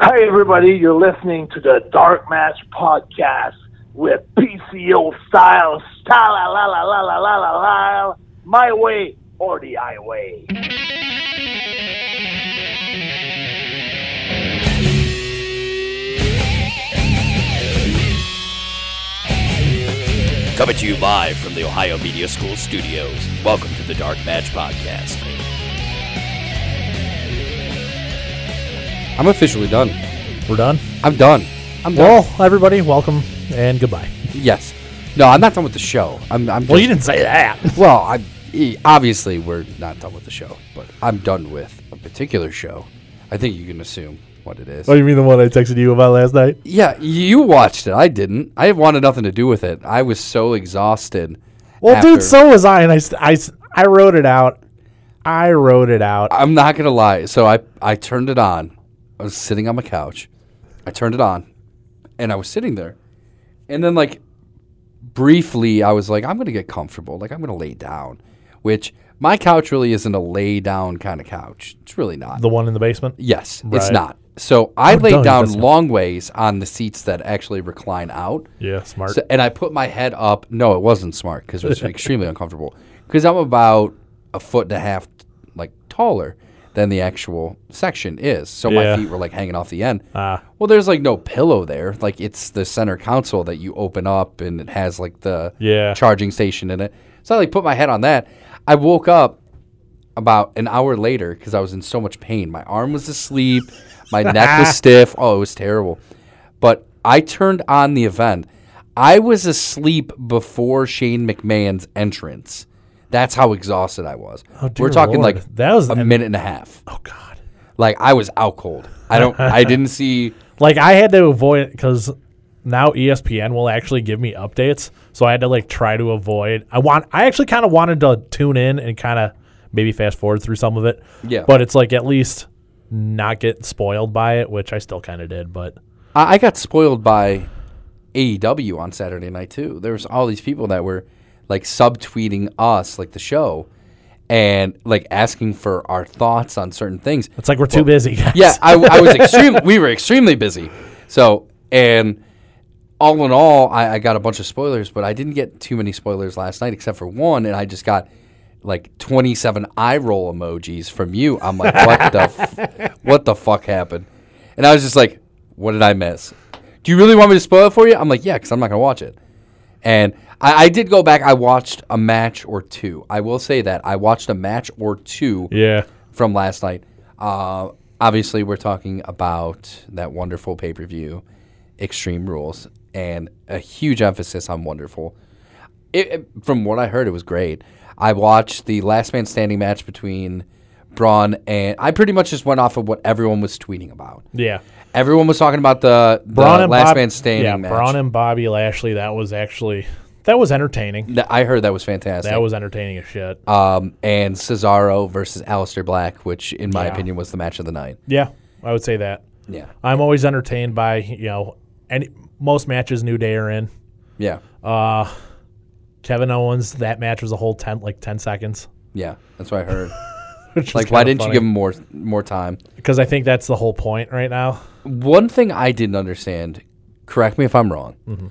Hi, everybody. You're listening to the Dark Match Podcast with PCO style, style, la, la, la, la, la, la, la, la, my way or the highway. Coming to you live from the Ohio Media School studios. Welcome to the Dark Match Podcast. I'm officially done. We're done. I'm done. I'm done. Well, everybody, welcome and goodbye. yes. No, I'm not done with the show. I'm. I'm Well, you just- didn't say that. Well, I, e- obviously we're not done with the show, but I'm done with a particular show. I think you can assume what it is. Oh, you mean the one I texted you about last night? yeah, you watched it. I didn't. I wanted nothing to do with it. I was so exhausted. Well, after- dude, so was I, and I, s- I, s- I wrote it out. I wrote it out. I'm not gonna lie. So I I turned it on. I was sitting on my couch. I turned it on, and I was sitting there, and then like briefly, I was like, I'm gonna get comfortable. Like I'm gonna lay down, which my couch really isn't a lay down kind of couch. It's really not. the one in the basement. yes, it's Right. not. So I don't lay you down just- long ways on the seats that actually recline out. Yeah, smart. So, and I put my head up. No, it wasn't smart because it was extremely uncomfortable. Because I'm about a foot and a half like taller than the actual section is, so my Yeah. feet were like hanging off the end. Ah. Well, there's like no pillow there. Like it's the center console that you open up, and it has like the Yeah. charging station in it. So I like put my head on that. I woke up about an hour later because I was in so much pain. My arm was asleep, my neck was stiff. Oh, it was terrible. But I turned on the event. I was asleep before Shane McMahon's entrance. That's how exhausted I was. Oh, dear We're talking Lord. like That was- a minute and a half. oh God. Like I was out cold. I don't. I didn't see. Like I had to avoid because now E ESPN will actually give me updates, so I had to like try to avoid. I want. I actually kind of wanted to tune in and kind of maybe fast forward through some of it. Yeah. But it's like at least not get spoiled by it, which I still kind of did. But I, I got spoiled by AEW on Saturday night too. There was all these people that were like subtweeting us, like the show, and like asking for our thoughts on certain things. it's like we're too busy. Guys. Yeah, I, I was extreme. we were extremely busy. So and all in all, I, I got a bunch of spoilers, but I didn't get too many spoilers last night, except for one, and I just got like 27 eye roll emojis from you. I'm like, what the, f- what the fuck happened? And I was just like, what did I miss? Do you really want me to spoil it for you? I'm like, yeah, because I'm not gonna watch it. And I, I did go back. I watched a match or two. I will say that I watched a match or two Yeah. from last night. Uh, obviously, we're talking about that wonderful pay per view, Extreme Rules, and a huge emphasis on wonderful. It, it- from what I heard, it was great. I watched the last man standing match between Braun and I pretty much just went off of what everyone was tweeting about. Yeah. Everyone was talking about the, the Braun and last Bob- man standing yeah, match. Braun and Bobby Lashley. That was actually that was entertaining. Th- I heard that was fantastic. That was entertaining as shit. um, and Cesaro versus Aleister Black, which in my Yeah. opinion was the match of the night. yeah, I would say that. Yeah, I'm always entertained by you know any most matches New Day are in. yeah, Kevin Owens that match was a whole ten like ten seconds. yeah. That's what I heard. Like, why didn't you give him more more time? Because I think that's the whole point right now. One thing I didn't understand. Correct me if I'm wrong. Mm-hmm.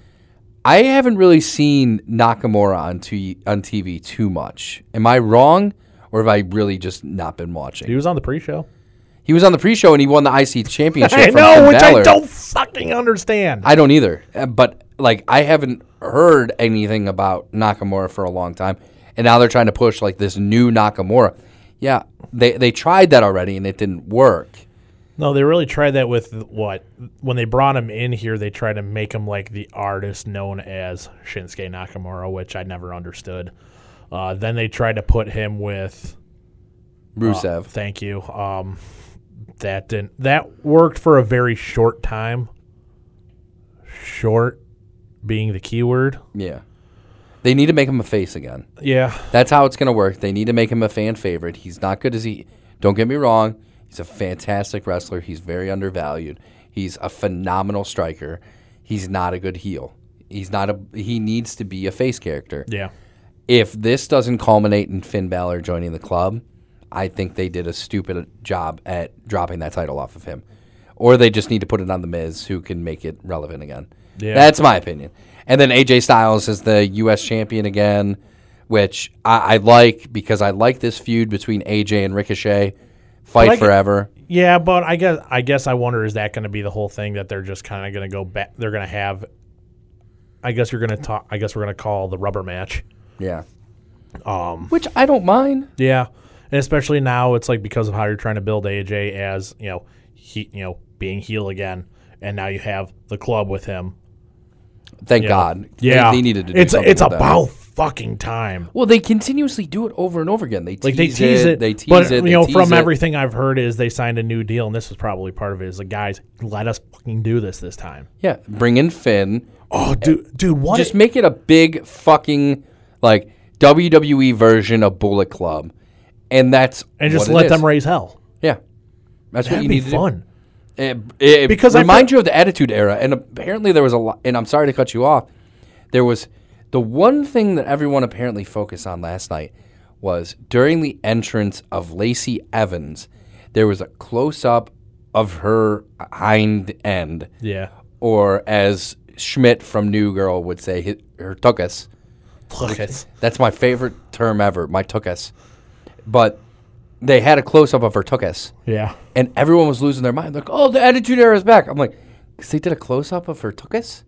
I haven't really seen Nakamura on t- on TV too much. Am I wrong, or have I really just not been watching? He was on the pre-show. He was on the pre-show and he won the IC championship. I from know, Finn which I Balor. don't fucking understand. I don't either. Uh, But like, I haven't heard anything about Nakamura for a long time, and now they're trying to push like this new Nakamura. Yeah, they they tried that already and it didn't work. no, they really tried that with what when they brought him in here. They tried to make him like the artist known as Shinsuke Nakamura, which I never understood. Uh, then they tried to put him with. Uh, Rusev. Thank you. Um, that didn't. That worked for a very short time. Short, being the keyword. Yeah. They need to make him a face again. Yeah. That's how it's going to work. They need to make him a fan favorite. He's not good as he. Don't get me wrong. He's a fantastic wrestler. He's very undervalued. He's a phenomenal striker. He's not a good heel. He's not a. He needs to be a face character. Yeah. If this doesn't culminate in Finn Balor joining the club, I think they did a stupid job at dropping that title off of him. or they just need to put it on the Miz, who can make it relevant again. Yeah. That's my opinion. And then AJ Styles is the U.S. champion again, which I, I like because I like this feud between AJ and Ricochet. Fight Like- forever. Yeah, but I guess I guess I wonder is that going to be the whole thing that they're just kind of going to go back? They're going to have. I guess you're going to talk. I guess we're going to call the rubber match. Yeah. Um, Which I don't mind. yeah, and especially now it's like because of how you're trying to build AJ as you know he you know being heel again, and now you have the club with him. Thank you know. God. They- yeah, They, needed to do it's something it's with that. about fucking time. Well, they continuously do it over and over again. They tease, Like they tease it, They tease but it. you they know, tease from it. everything I've heard, is they signed a new deal, and this was probably part of it. Is like, guys, let us fucking do this this time. Yeah, bring in Finn. Oh, dude, dude, what? Just make it a big fucking like WWE version of Bullet Club, and that's and just what it let is. them raise hell. Yeah, that's what That'd you be need to do. fun. It, Eh, it Because because I remind feel- you of the Attitude Era, and apparently there was a lot. And I'm sorry to cut you off. There was the one thing that everyone apparently focused on last night was during the entrance of Lacey Evans, there was a close up of her hind end, Yeah. or as Schmidt from New Girl would say, hi- her tuckus. Look, it's That's my favorite term ever, my tuckus. But they had a close up of her tuckus yeah. and everyone was losing their mind. Like, oh, the Attitude Era is back. I'm like, because they did a close up of her tuchus.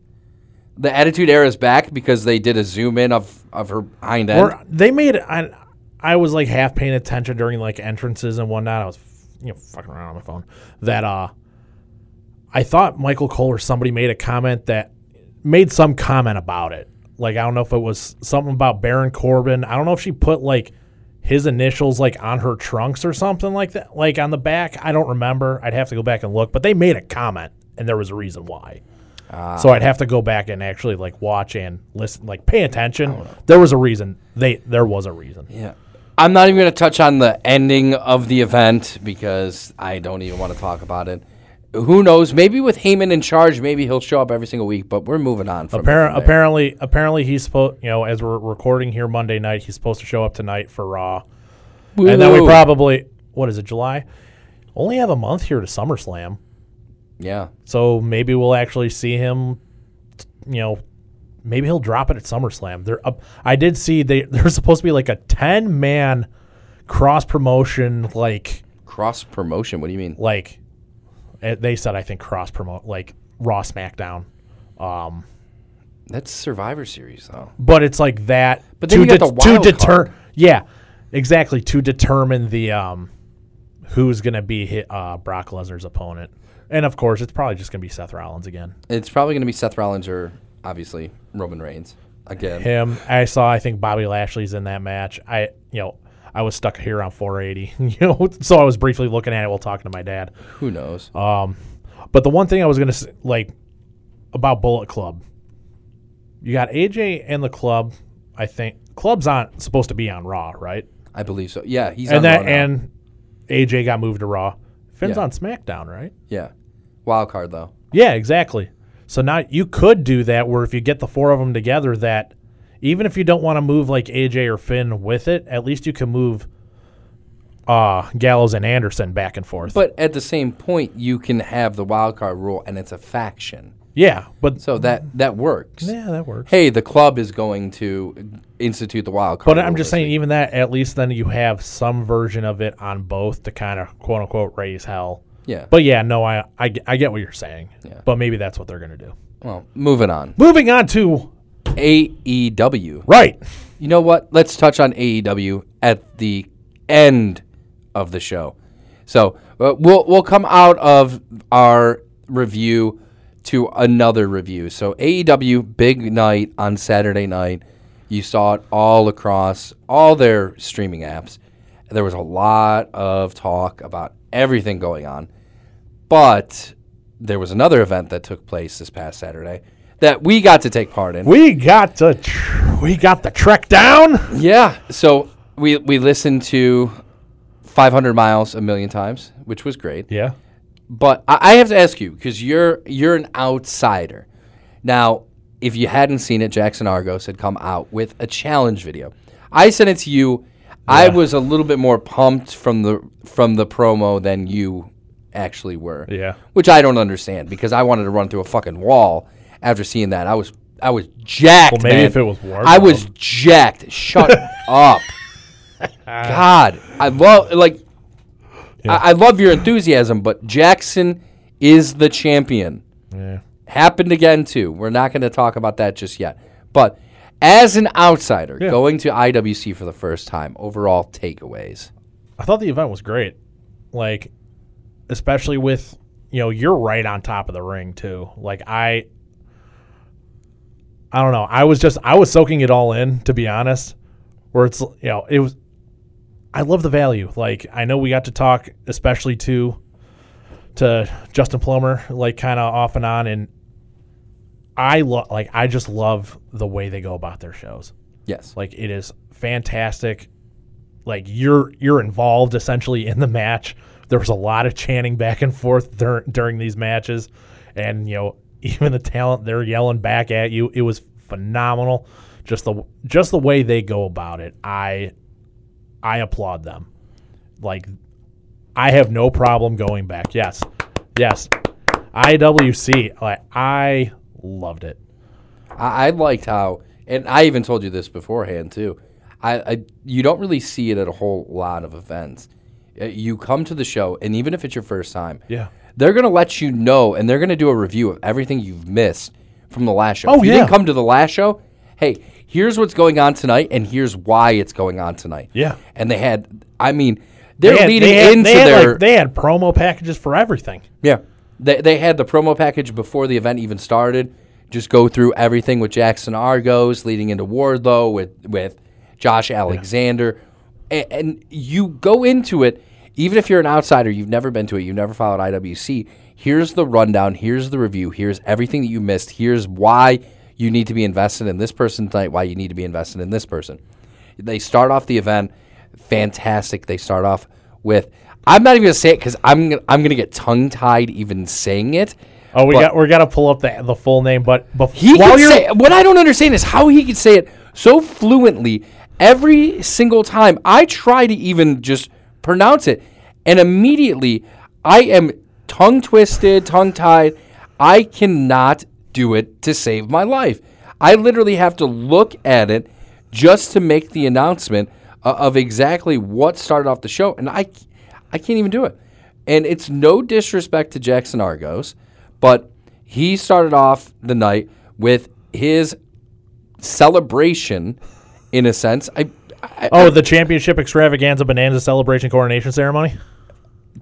The Attitude Era is back because they did a zoom in of of her hind end. Or they made I, I was like half paying attention during like entrances and whatnot. I was you know fucking around on my phone. That uh, I thought Michael Cole or somebody made a comment that made some comment about it. Like I don't know if it was something about Baron Corbin. I don't know if she put like his initials like on her trunks or something like that, like on the back. I don't remember. I'd have to go back and look, but they made a comment and there was a reason why. So I'd have to go back and actually like watch and listen, like pay attention. There was a reason. They there was a reason. yeah. I'm not even going to touch on the ending of the event because I don't even want to talk about it. Who knows? Maybe with Heyman in charge, maybe he'll show up every single week. But we're moving on from. it Appar- from there. apparently, apparently he's supposed. You know, as we're recording here Monday night, he's supposed to show up tonight for Raw, and then we Woo. probably what is it July? Only have a month here to SummerSlam, yeah. so maybe we'll actually see him. t- You know, maybe he'll drop it at SummerSlam. There, up I did see they there's supposed to be like a ten man cross promotion like. Cross promotion. What do you mean? like eh, they said I think cross promote like Raw SmackDown. Um, That's Survivor Series though. but it's like that But then you got the wild to deter card. yeah, exactly to determine the um who's going to be hit, uh Brock Lesnar's opponent. And of course, it's probably just going to be Seth Rollins again. It's probably going to be Seth Rollins or obviously Roman Reigns again. Him, I saw I think Bobby Lashley's in that match. I you know, I was stuck here on 480, you know, so I was briefly looking at it while talking to my dad. Who knows? But the one thing I was gonna say, like about Bullet Club, you got AJ and the Club. I think Club's on supposed to be on Raw, right? I believe so. Yeah, he's on and that Raw now. and AJ got moved to Raw. Finn's Yeah. on SmackDown, right? yeah, wild card though. Yeah, exactly. So now you could do that where if you get the four of them together, that even if you don't want to move like AJ or Finn with it, at least you can move uh, Gallows and Anderson back and forth. But at the same point, you can have the wild card rule, and it's a faction, yeah, but so that that works. yeah, that works. Hey, the club is going to institute the wild card. But I'm rule just this saying, week. even that, at least then you have some version of it on both to kind of quote unquote raise hell. Yeah. But yeah, no, I I, ge- I get what you're saying. Yeah. But maybe that's what they're gonna do. Well, moving on. E Moving on to AEW. right. You know what? Let's touch on AEW at the end of the show. So uh, we'll we'll come out of our review to another review. So AEW big night on Saturday night. You saw it all across all their streaming apps. There was a lot of talk about everything going on. But there was another event that took place this past Saturday that we got to take part in. We got to tr- we got the trek down. Yeah. So we we listened to 500 miles a million times, which was great. Yeah. But I, I have to ask you because you're you're an outsider. Now, if you hadn't seen it, Jackson Argos had come out with a challenge video. I sent it to you. I was a little bit more pumped from the from the promo than you actually were. Yeah. Which I don't understand because I wanted to run through a fucking wall after seeing that. I was I was jacked. Well, maybe man. if it was Wardlow. I was jacked. Shut up. God, I love like I, I love your enthusiasm, but Jackson is the champion. Yeah. Happened again too. We're not going to talk about that just yet. But as an outsider Yeah. going to IWC for the first time, overall takeaways. I thought the event was great. Like, especially with, you know, you're right on top of the ring, too. Like, I, I don't know. I was just, I was soaking it all in, to be honest. Where it's, you know, it was, I love the value. Like, I know we got to talk, especially to, to Justin Plummer, like, kind of off and on. And I love, like, I just love the way they go about their shows. Yes. Like it is fantastic. Like you're you're involved essentially in the match. There was a lot of chanting back and forth dur- during these matches, and you know even the talent they're yelling back at you. It was phenomenal. Just the just the way they go about it. I I applaud them. Like I have no problem going back. Yes, yes. IWC. Like I loved it. I, I liked how, and I even told you this beforehand too. I, I you don't really see it at a whole lot of events. Uh, You come to the show, and even if it's your first time, Yeah. they're gonna let you know, and they're gonna do a review of everything you've missed from the last show. Oh, if you didn't yeah. come to the last show, hey, here's what's going on tonight, and here's why it's going on tonight. Yeah. and they had, I mean, they're They had- leading they had- into they had, their like, they had promo packages for everything. yeah. They, they had the promo package before the event even started. Just go through everything with Jackson Argos, leading into Wardlow with with Josh Alexander, A- and, you go into it. Even if you're an outsider, you've never been to it, you've never followed IWC. Here's the rundown. Here's the review. Here's everything that you missed. Here's why you need to be invested in this person tonight. Why you need to be invested in this person. They start off the event fantastic. They start off with I'm not even gonna say it because I'm gonna, I'm gonna get tongue tied even saying it. Oh, we But- got we got to pull up the the full name, but before He while can you're say what I don't understand is how he could say it so fluently every single time. I try to even just pronounce it, and immediately I am tongue twisted, tongue tied. I cannot do it to save my life. I literally have to look at it just to make the announcement uh, of exactly what started off the show, and I, c- I can't even do it. And it's no disrespect to Jackson Argos, but he started off the night with his celebration, in a sense. I, I oh the championship extravaganza bonanza celebration coronation ceremony.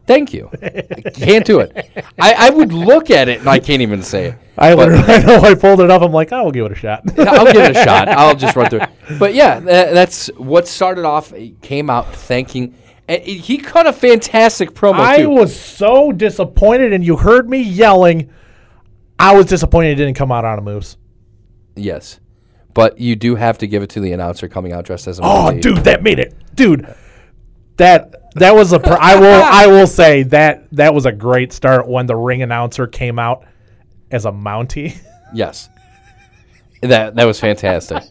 thank you. I can't do it. I, I would look at it and I can't even say it. I literally I know I pulled it up. I'm like, oh, we'll give it a shot. I'll give it a shot. I'll just run through it. But yeah, tha- that's what started off. He came out thanking. And he- he cut a fantastic promo. I too. was so disappointed, and you heard me yelling. I was disappointed it didn't come out on a moose. yes, but you do have to give it to the announcer coming out dressed as a Oh, lady. dude, that made it, dude. That that was a. Pr- I will I will say that that was a great start when the ring announcer came out as a Mountie. Yes, that that was fantastic.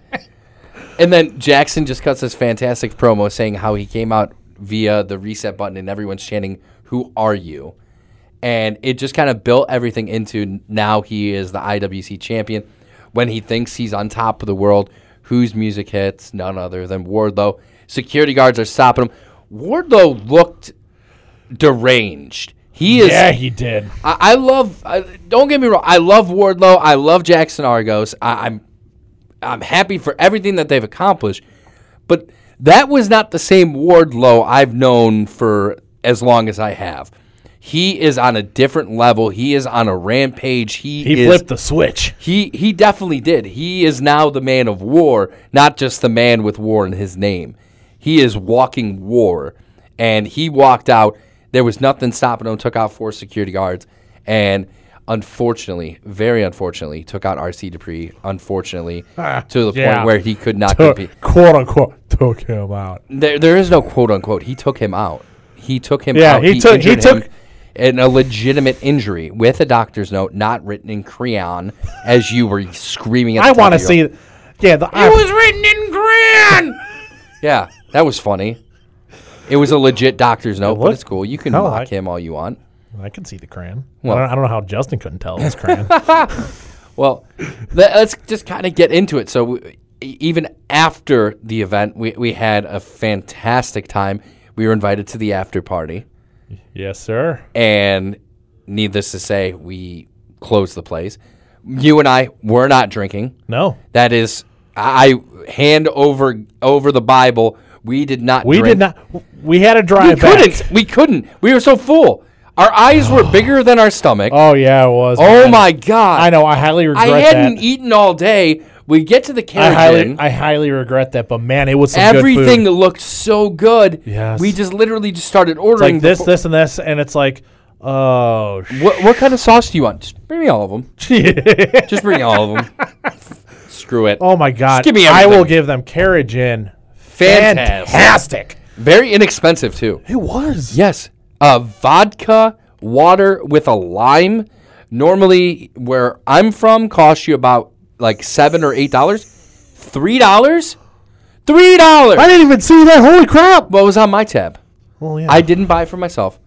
and then Jackson just cuts this fantastic promo saying how he came out via the reset button and everyone's chanting, "Who are you?" And it just kind of built everything into now he is the IWC champion. When he thinks he's on top of the world, whose music hits? None other than Wardlow. Security guards are stopping him. Wardlow looked deranged. He is yeah, he did. I, I love. I, don't get me wrong. I love Wardlow. I love Jackson Argos. I, I'm I'm happy for everything that they've accomplished, but that was not the same Wardlow I've known for as long as I have. He is on a different level. He is on a rampage. He, He is, flipped the switch. He he definitely did. He is now the man of war, not just the man with war in his name. He is walking war, and he walked out. There was nothing stopping him. Took out four security guards, and unfortunately, very unfortunately, took out RC Dupree. Unfortunately, to the yeah. point where he could not took, compete. quote unquote took him out. There, there is no quote unquote. He took him out. He took him Yeah, out. he took- he injured took- him in a legitimate injury with a doctor's note, not written in crayon, as you were screaming. At I the top want to of your- see. Yeah, the, I, written in crayon. yeah, that was funny. It was a legit doctor's note, but looked- it's cool. You can hell, mock I- him all you want. I can see the crayon. Well- I, don't, I don't know how Justin couldn't tell it was crayon. Well, let, us just kind of get into it. So, we, e, even after the event, we, we had a fantastic time. We were invited to the after party, yes, sir. and needless to say, we closed the place. You and I were not drinking. No, That is, I I hand over over the Bible. We did not. we drink. did not. We had a We drive back. couldn't. We couldn't. We were so full. Our eyes were bigger than our stomach. Oh yeah, it was. oh man. my god! I know. I highly regret I hadn't that. eaten all day. We get to the I highly, carriage. I highly regret that. But man, it was some good food. Everything looked so good. Yes. We just literally just started ordering like this, befo- this, and this, and it's like, oh, sh- What, what kind of sauce do you want? Just bring me all of them. Just bring all of them. Screw it. oh my god! Just give me I will everything. give them carriage in. Fantastic. Fantastic. Very inexpensive too. It was. Yes. Uh, vodka water with a lime. Normally, where I'm from, costs you about like seven or eight dollars. Three dollars. Three dollars. I didn't even see that. Holy crap! What was on my tab? Well, yeah. I didn't buy it for myself.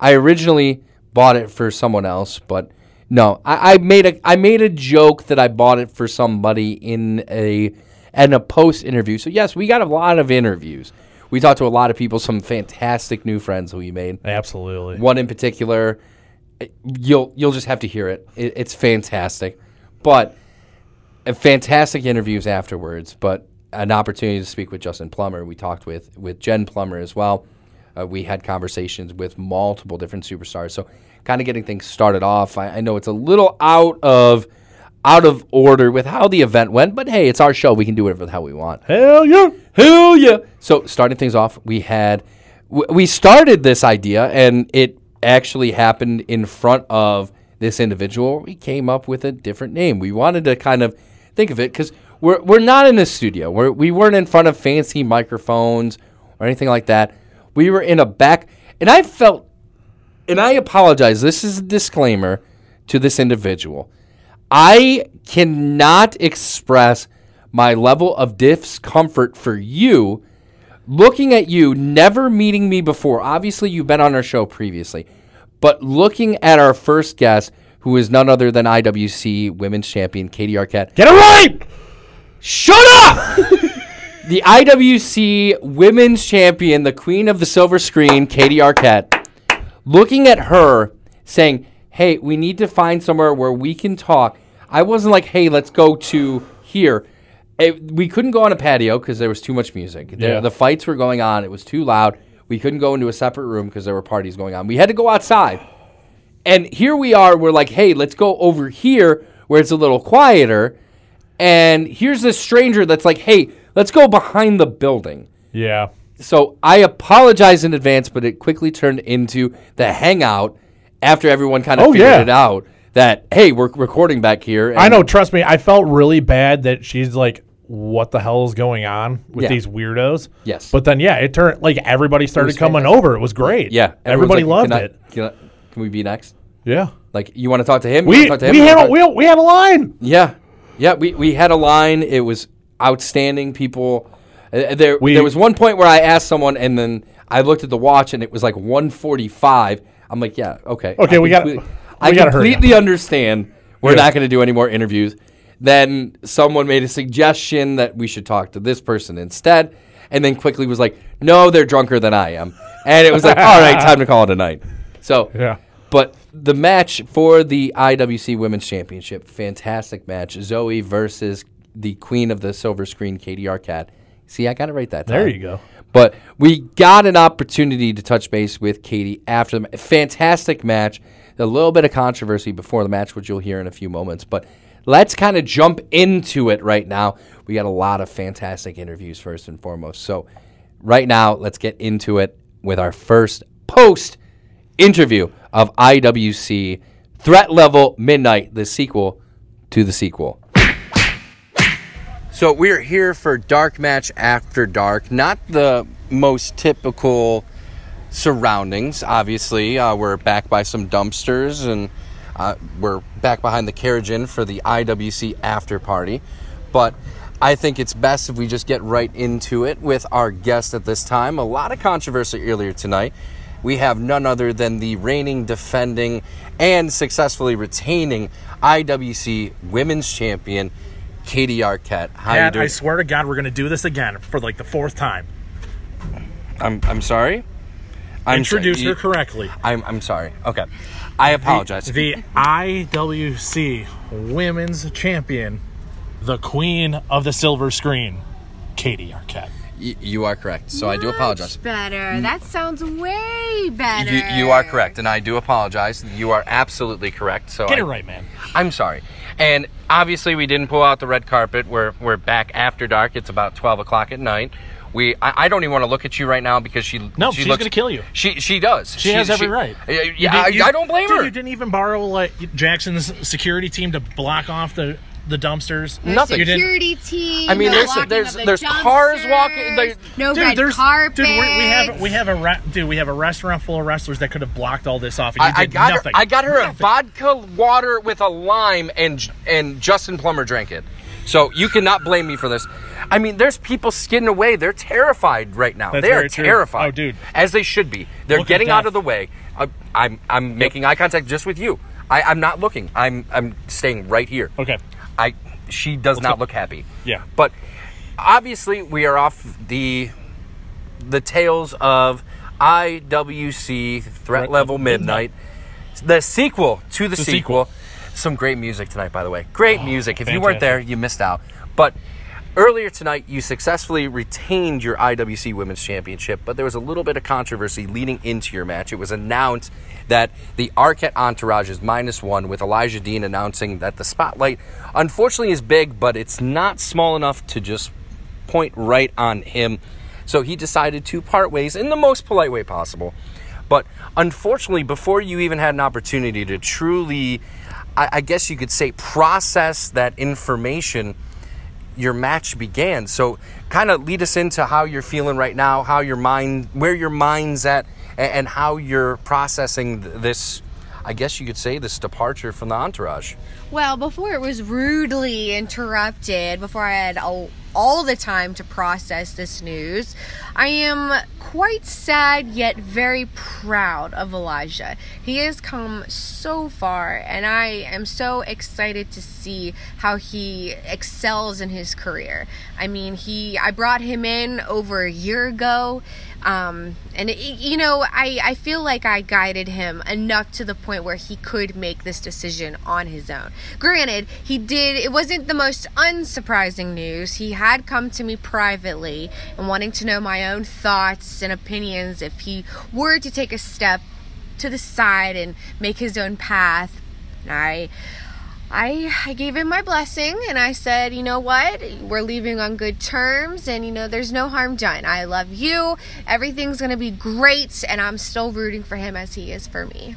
I originally bought it for someone else, but no, I, I made a I made a joke that I bought it for somebody in a in a post interview. So yes, we got a lot of interviews. We talked to a lot of people, some fantastic new friends we made. absolutely. One in particular, eh, you'll you'll just have to hear it. it it's fantastic, but eh, fantastic interviews afterwards. But an opportunity to speak with Justin Plummer. We talked with with Jen Plummer as well. Uh, we had conversations with multiple different superstars. So kind of getting things started off. I, I know it's a little out of out of order with how the event went, but hey, it's our show. We can do whatever the hell we want. Hell yeah! Hell yeah! So starting things off, we had w- we started this idea, and it actually happened in front of this individual. We came up with a different name. We wanted to kind of think of it because we're we're not in a studio. We're we weren't in front of fancy microphones or anything like that. We were in a back, and I felt, and I apologize. This is a disclaimer to this individual. I cannot express my level of discomfort for you looking at you, never meeting me before. Obviously, you've been on our show previously, but looking at our first guest, who is none other than IWC Women's Champion Katie Arquette. Get it right. Shut up! the IWC Women's Champion, the Queen of the Silver Screen, Katie Arquette, looking at her, saying, "Hey, we need to find somewhere where we can talk." I wasn't like, "Hey, let's go to here." It- we couldn't go on a patio because there was too much music. The- Yeah. the fights were going on; it was too loud. We couldn't go into a separate room because there were parties going on. We had to go outside. And here we are, we're like, hey, let's go over here where it's a little quieter. And here's this stranger that's like, hey, let's go behind the building. Yeah. So I apologize in advance, but it quickly turned into the hangout after everyone kind of Oh, figured yeah. it out that, hey, we're recording back here. I and- know. Trust me, I felt really bad that she's like, "What the hell is going on with Yeah. these weirdos?" Yes. But then, yeah, it turned like everybody started coming over. It was great. Yeah. Everybody everyone's loved like, it. can I- Can, I- can we be next? Yeah. Like, you want to talk to him? You We wanna talk to him? we You wanna had talk- a, we, we had a line. Yeah, yeah. We, we had a line. It was outstanding. People. Uh, there We- there was one point where I asked someone, and then I looked at the watch, and it was like 1:45. I'm like, yeah, okay. Okay, I we gotta- complete- we I gotta hurry completely understand. We're Yeah. not going to do any more interviews. Then someone made a suggestion that we should talk to this person instead, and then quickly was like, no, they're drunker than I am, and it was like, all right, time to call it a night. So Yeah. but the match for the IWC Women's Championship, fantastic match. Zoe versus the queen of the silver screen, Katie Arquette. See, I got it right that time. There you go. But we got an opportunity to touch base with Katie after the ma- fantastic match. A little bit of controversy before the match, which you'll hear in a few moments. But let's kind of jump into it right now. We got a lot of fantastic interviews first and foremost. So right now, let's get into it with our first post interview of IWC Threat Level Midnight, the sequel to the sequel. So we're here for Dark Match After Dark. Not the most typical surroundings, obviously. Uh, we're back by some dumpsters and uh, we're back behind the carriage inn for the IWC after party. But I think it's best if we just get right into it with our guest at this time. A lot of controversy earlier tonight we have none other than the reigning, defending, and successfully retaining IWC Women's Champion, Katie Arquette. How you Pat, doing? I swear to God, we're going to do this again for like the fourth time. I'm, I'm sorry. I'm Introduce sorry. her You- correctly. I'm, I'm sorry. Okay. I apologize. The IWC Women's Champion, the Queen of the Silver Screen, Katie Arquette. Y- you are correct. So I do Much apologize. Better. That sounds way better. You, you are correct, and I do apologize. You are absolutely correct. So Get I, it right, man. I'm sorry. And obviously, we didn't pull out the red carpet. We're we're back after dark. It's about twelve o'clock at night. We I, I don't even want to look at you right now because she No, she she's looks- gonna kill you. She she does. She, has every right. Yeah, You yeah, didn't- I, you- I don't blame dude, her. You didn't even borrow like Jackson's security team to block off the, the dumpsters. There's nothing. You didn't- Security team. I mean, the there's- walking there's- of the there's cars dumpsters, walking- they- no Dude, red there's carpet. dude. We, we have we have a re- dude. We have a restaurant full of wrestlers that could have blocked all this off. And you I, I did got nothing. her. I got her a vodka water with a lime, and and Justin Plummer drank it. So you cannot blame me for this. I mean, there's people skidding away. They're terrified right now. That's they are very true. terrified. Oh, dude. as they should be. They're Look at getting out death. of the way. I, I'm I'm making eye contact just with you. I, I'm not looking. I'm I'm staying right here. Okay. I she does not look happy. Yeah. But obviously we are off the the tales of IWC Threat Threat Level Level Midnight, the sequel to the, The sequel. Oh. sequel. Some great music tonight, by the way. Great music. If you weren't fantastic. there, you missed out. But earlier tonight, you successfully retained your IWC Women's Championship, but there was a little bit of controversy leading into your match. It was announced that the Arquette entourage is minus one, with Elijah Dean announcing that the spotlight, unfortunately, is big, but it's not small enough to just point right on him. So he decided to part ways in the most polite way possible. But unfortunately, before you even had an opportunity to truly, I, I guess you could say, process that information, your match began. So, kind of lead us into how you're feeling right now, how your mind, where your mind's at, and, and how you're processing th- this. I guess you could say this departure from the entourage. Well, before it was rudely interrupted, before I had all, all the time to process this news, I am quite sad yet very proud of Elijah. He has come so far, and I am so excited to see how he excels in his career. I mean, he I brought him in over a year ago um, and it, you know I, I feel like i guided him enough to the point where he could make this decision on his own granted he did it wasn't the most unsurprising news he had come to me privately and wanting to know my own thoughts and opinions if he were to take a step to the side and make his own path and i I, I gave him my blessing and I said, you know what? We're leaving on good terms and, you know, there's no harm done. I love you. Everything's going to be great and I'm still rooting for him as he is for me.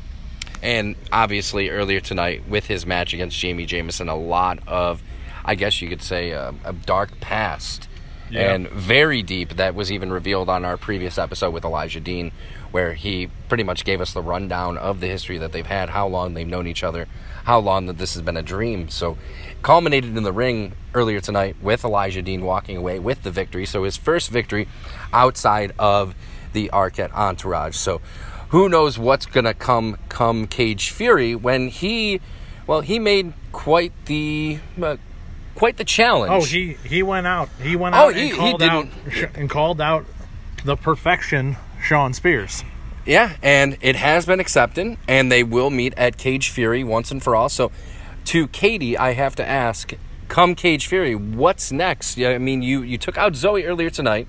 And obviously, earlier tonight with his match against Jamie Jameson, a lot of, I guess you could say, uh, a dark past. And very deep that was even revealed on our previous episode with Elijah Dean, where he pretty much gave us the rundown of the history that they've had, how long they've known each other, how long that this has been a dream. So, culminated in the ring earlier tonight with Elijah Dean walking away with the victory. So, his first victory outside of the Arquette entourage. So, who knows what's gonna come come Cage Fury when he, well, he made quite the uh, quite the challenge. Oh, he he went out. He went Oh, out he- and he called out didn't- and called out the perfection, Sean Spears. yeah, and it has been accepted, and they will meet at Cage Fury once and for all. So, to Katie, I have to ask, come Cage Fury, what's next? Yeah, I mean, you you took out Zoe earlier tonight,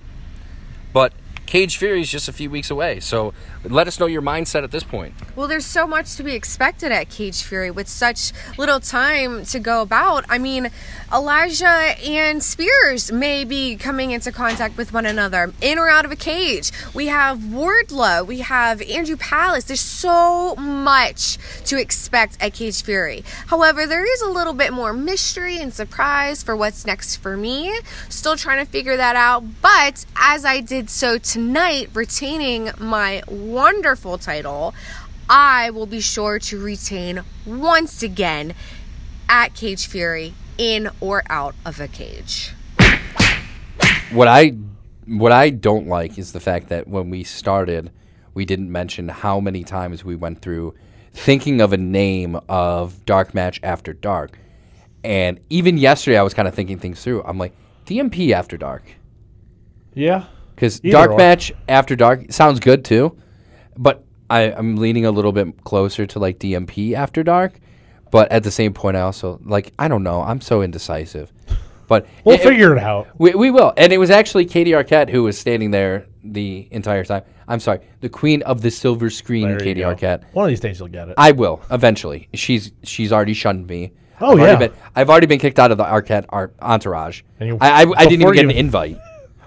but Cage Fury is just a few weeks away. So, let us know your mindset at this point. Well, there's so much to be expected at Cage Fury with such little time to go about. I mean, Elijah and Spears may be coming into contact with one another in or out of a cage. We have Wardlow, we have Andrew Palace. There's so much to expect at Cage Fury. However, there is a little bit more mystery and surprise for what's next for me. Still trying to figure that out, but as I did so tonight, retaining my wonderful title, I will be sure to retain once again at Cage Fury in or out of a cage. what I what I don't like is the fact that when we started, we didn't mention how many times we went through thinking of a name of dark match after dark. And even yesterday, I was kind of thinking things through. I'm like, DMP after dark. Yeah. Because Either dark or. match after dark sounds good too, but I, I'm leaning a little bit closer to like DMP after dark. But at the same point, I also like I don't know. I'm so indecisive. But We'll it- it- figure it out. we, we will. And it was actually Katie Arquette who was standing there the entire time. I'm sorry, the queen of the silver screen, There you Katie go. Arquette. One of these days you'll get it. I will eventually. She's she's already shunned me. Oh, I've already yeah. been- I've already been kicked out of the Arquette art, entourage. And you- I, I, I didn't even before get you- an invite.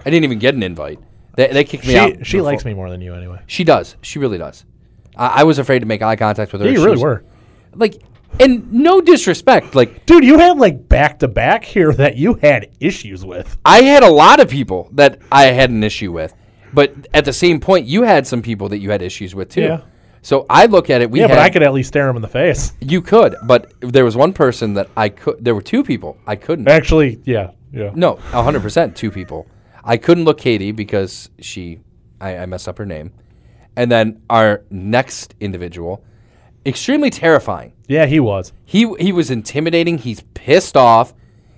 I didn't even get an invite. They, they kicked me she out. she before- likes me more than you anyway. She does. She really does. I, I was afraid to make eye contact with her. Yeah, you She really was- were. Like, and no disrespect. Like, Dude, you had like back to back here that you had issues with. I had a lot of people that I had an issue with, but at the same point, you had some people that you had issues with too. Yeah. So I look at it. We Yeah, had, but I could at least stare him in the face. You could, but there was one person that I could. There were two people I couldn't. Actually, yeah. Yeah. No, hundred percent, two people. I couldn't look Katie because she, I, I messed up her name, and then our next individual, extremely terrifying. Yeah, he was. He he was intimidating. He's pissed off.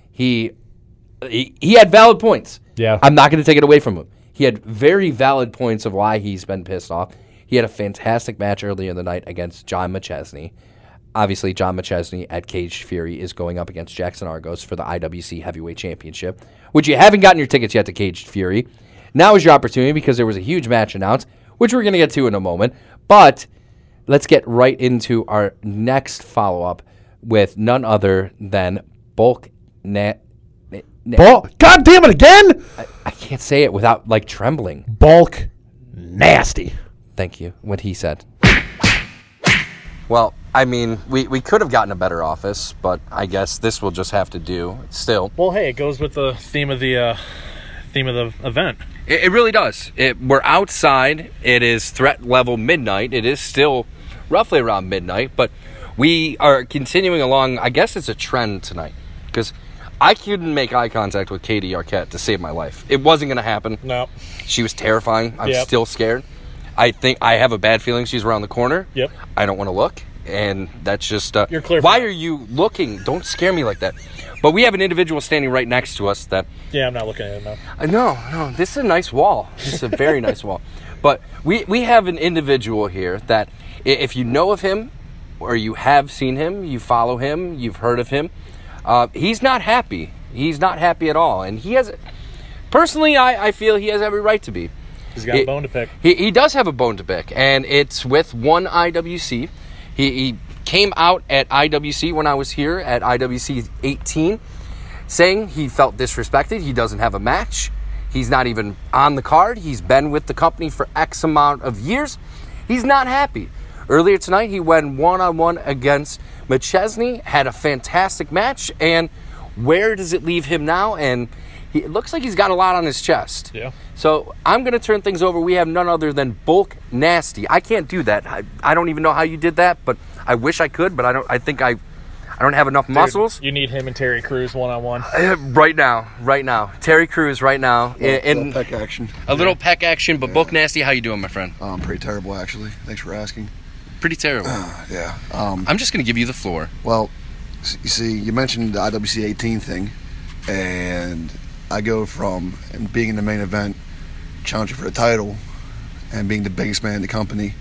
He he, he had valid points. Yeah. I'm not going to take it away from him. He had very valid points of why he's been pissed off. He had a fantastic match earlier in the night against John McChesney. Obviously, John McChesney at Cage Fury is going up against Jackson Argos for the IWC Heavyweight Championship, which you haven't gotten your tickets yet to Cage Fury. Now is your opportunity because there was a huge match announced, which we're going to get to in a moment. But let's get right into our next follow up with none other than Bulk Net. Bulk. God damn it again! I can't say it without like trembling. Bulk. Nasty. Thank you. What he said. Well, I mean, we, we could have gotten a better office, but I guess this will just have to do. Still, Well, hey, it goes with the theme of the uh, theme of the event. It, it really does. It, we're outside. It is threat level midnight. It is still roughly around midnight, but we are continuing along. I guess it's a trend tonight because I couldn't make eye contact with Katie Arquette to save my life. It wasn't going to happen. No. She was terrifying. I'm Yep. still scared. I think I have a bad feeling she's around the corner. Yep. I don't want to look, and that's just uh, You're clear for Why now. are you looking? Don't scare me like that. But we have an individual standing right next to us that Yeah, I'm not looking at it now. uh, No, no. This is a nice wall. This is a very nice wall. But we, we have an individual here that i- if you know of him or you have seen him, you follow him, you've heard of him, uh, he's not happy. He's not happy at all. And he has, personally, I, I feel he has every right to be. He's got It- a bone to pick. He, he does have a bone to pick, and it's with one IWC. He, he came out at IWC when I was here at IWC 18, saying he felt disrespected. He doesn't have a match. He's not even on the card. He's been with the company for X amount of years. He's not happy. Earlier tonight, he went one on one against McChesney, had a fantastic match, and where does it leave him now? And he, it looks like he's got a lot on his chest. Yeah. So I'm going to turn things over. We have none other than Bulk Nasty. I can't do that. I, I don't even know how you did that, but I wish I could. But I don't. I think I, I don't have enough muscles You need him and Terry Crews one on one. right now. Right now, Terry Crews. Right now, in, in peck action. a little peck action. But Bulk Nasty, how you doing, my friend? Um, pretty terrible, actually. Thanks for asking. Uh, Pretty terrible. Yeah. Um, I'm just going to give you the floor. well, s- you see, you mentioned the IWC 18 thing, and I go from being in the main event, challenging for the title, and being the biggest man in the company,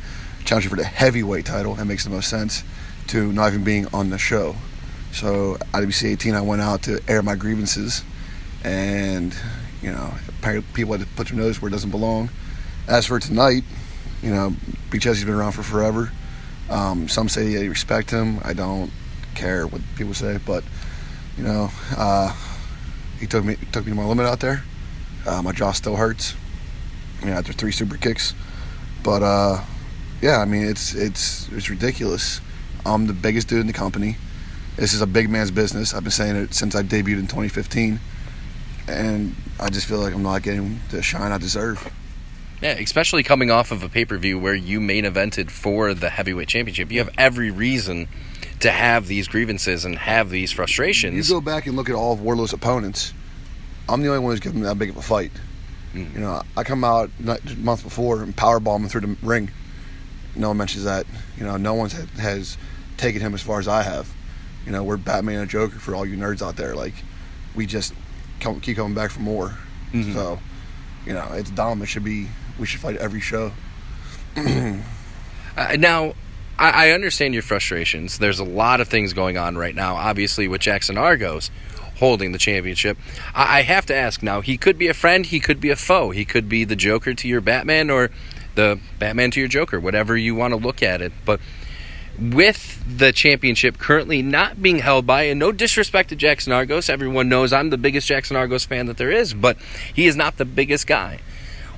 challenging for the heavyweight title, that makes the most sense, to not even being on the show. So, IWC 18, I went out to air my grievances, and, you know, apparently people had to put their nose where it doesn't belong. As for tonight, you know, Big Jesse's been around for forever. Um, some say they respect him. I don't care what people say, but you know, uh, he took me took me to my limit out there. Uh, my jaw still hurts. You know, after three super kicks, but uh, yeah, I mean it's it's it's ridiculous. I'm the biggest dude in the company. This is a big man's business. I've been saying it since I debuted in 2015, and I just feel like I'm not getting the shine I deserve. Yeah, especially coming off of a pay per view where you main evented for the heavyweight championship, you have every reason to have these grievances and have these You frustrations. go back and look at all of Warlow's opponents. I'm the only one who's given him that big of a fight. You know, I come out night, month before and power bomb him through the ring. No one mentions that. You know, no one has taken him as far as I have. You know, we're Batman and Joker for all you nerds out there. Like, we just come, keep coming back for more. So, you know, it's dumb. It should be. We should fight every show. Uh, now, I, I understand your frustrations. There's a lot of things going on right now. Obviously, with Jackson Argos holding the championship, I, I have to ask now. He could be a friend. He could be a foe. He could be the Joker to your Batman or the Batman to your Joker. Whatever you want to look at it, but. With the championship currently not being held by, and no disrespect to Jackson Argos, everyone knows I'm the biggest Jackson Argos fan that there is, but he is not the biggest guy.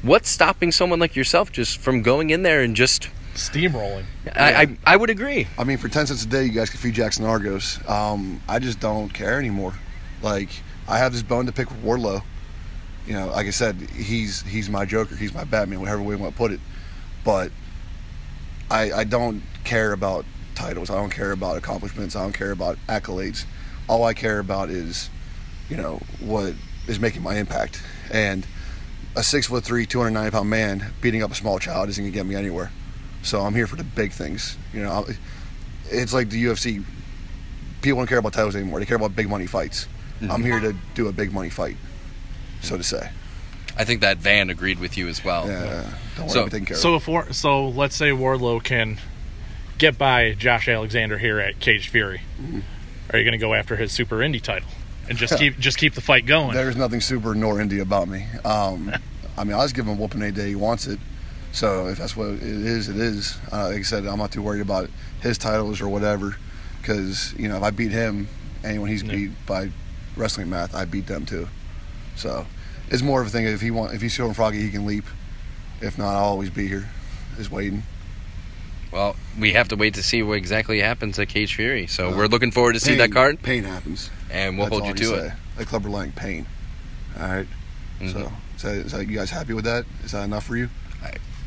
What's stopping someone like yourself just from going in there and just steamrolling. I, I, I would agree. I mean, for ten cents a day, you guys can feed Jackson Argos. Um, I just don't care anymore. Like, I have this bone to pick with Wardlow. You know, like I said, he's he's my Joker, he's my Batman, whatever way you want to put it. But I, I don't care about titles. I don't care about accomplishments. I don't care about accolades. All I care about is, you know, what is making my impact. And a six foot three, two hundred ninety pound man beating up a small child isn't gonna get me anywhere. So I'm here for the big things. You know, I'll- it's like the UFC. People don't care about titles anymore. They care about big money fights. Mm-hmm. I'm here to do a big money fight, so to say. I think that Van agreed with you as well. Yeah, don't worry, So- I'm taking care of. So if War- so, let's say Wardlow can get by Josh Alexander here at Cage Fury. Are you going to go after his Super Indie title and just keep just keep the fight going? There's nothing super nor indie about me. Um, I mean, I was giving him a whooping any day he wants it. So if that's what it is, it is. Uh, like I said, I'm not too worried about his titles or whatever, because you know if I beat him, anyone he's beat by wrestling math, I beat them too. So it's more of a thing if he want if he's feeling froggy, he can leap. If not, I'll always be here, just waiting. Well, we have to wait to see what exactly happens at Cage Fury. So we're looking forward to see that Pain- card, Pain happens. and we'll That's all hold I you can to say. it. Mm-hmm. Like Clubber Lang, pain. All right. So, is that, is that you guys happy with that? Is that enough for you?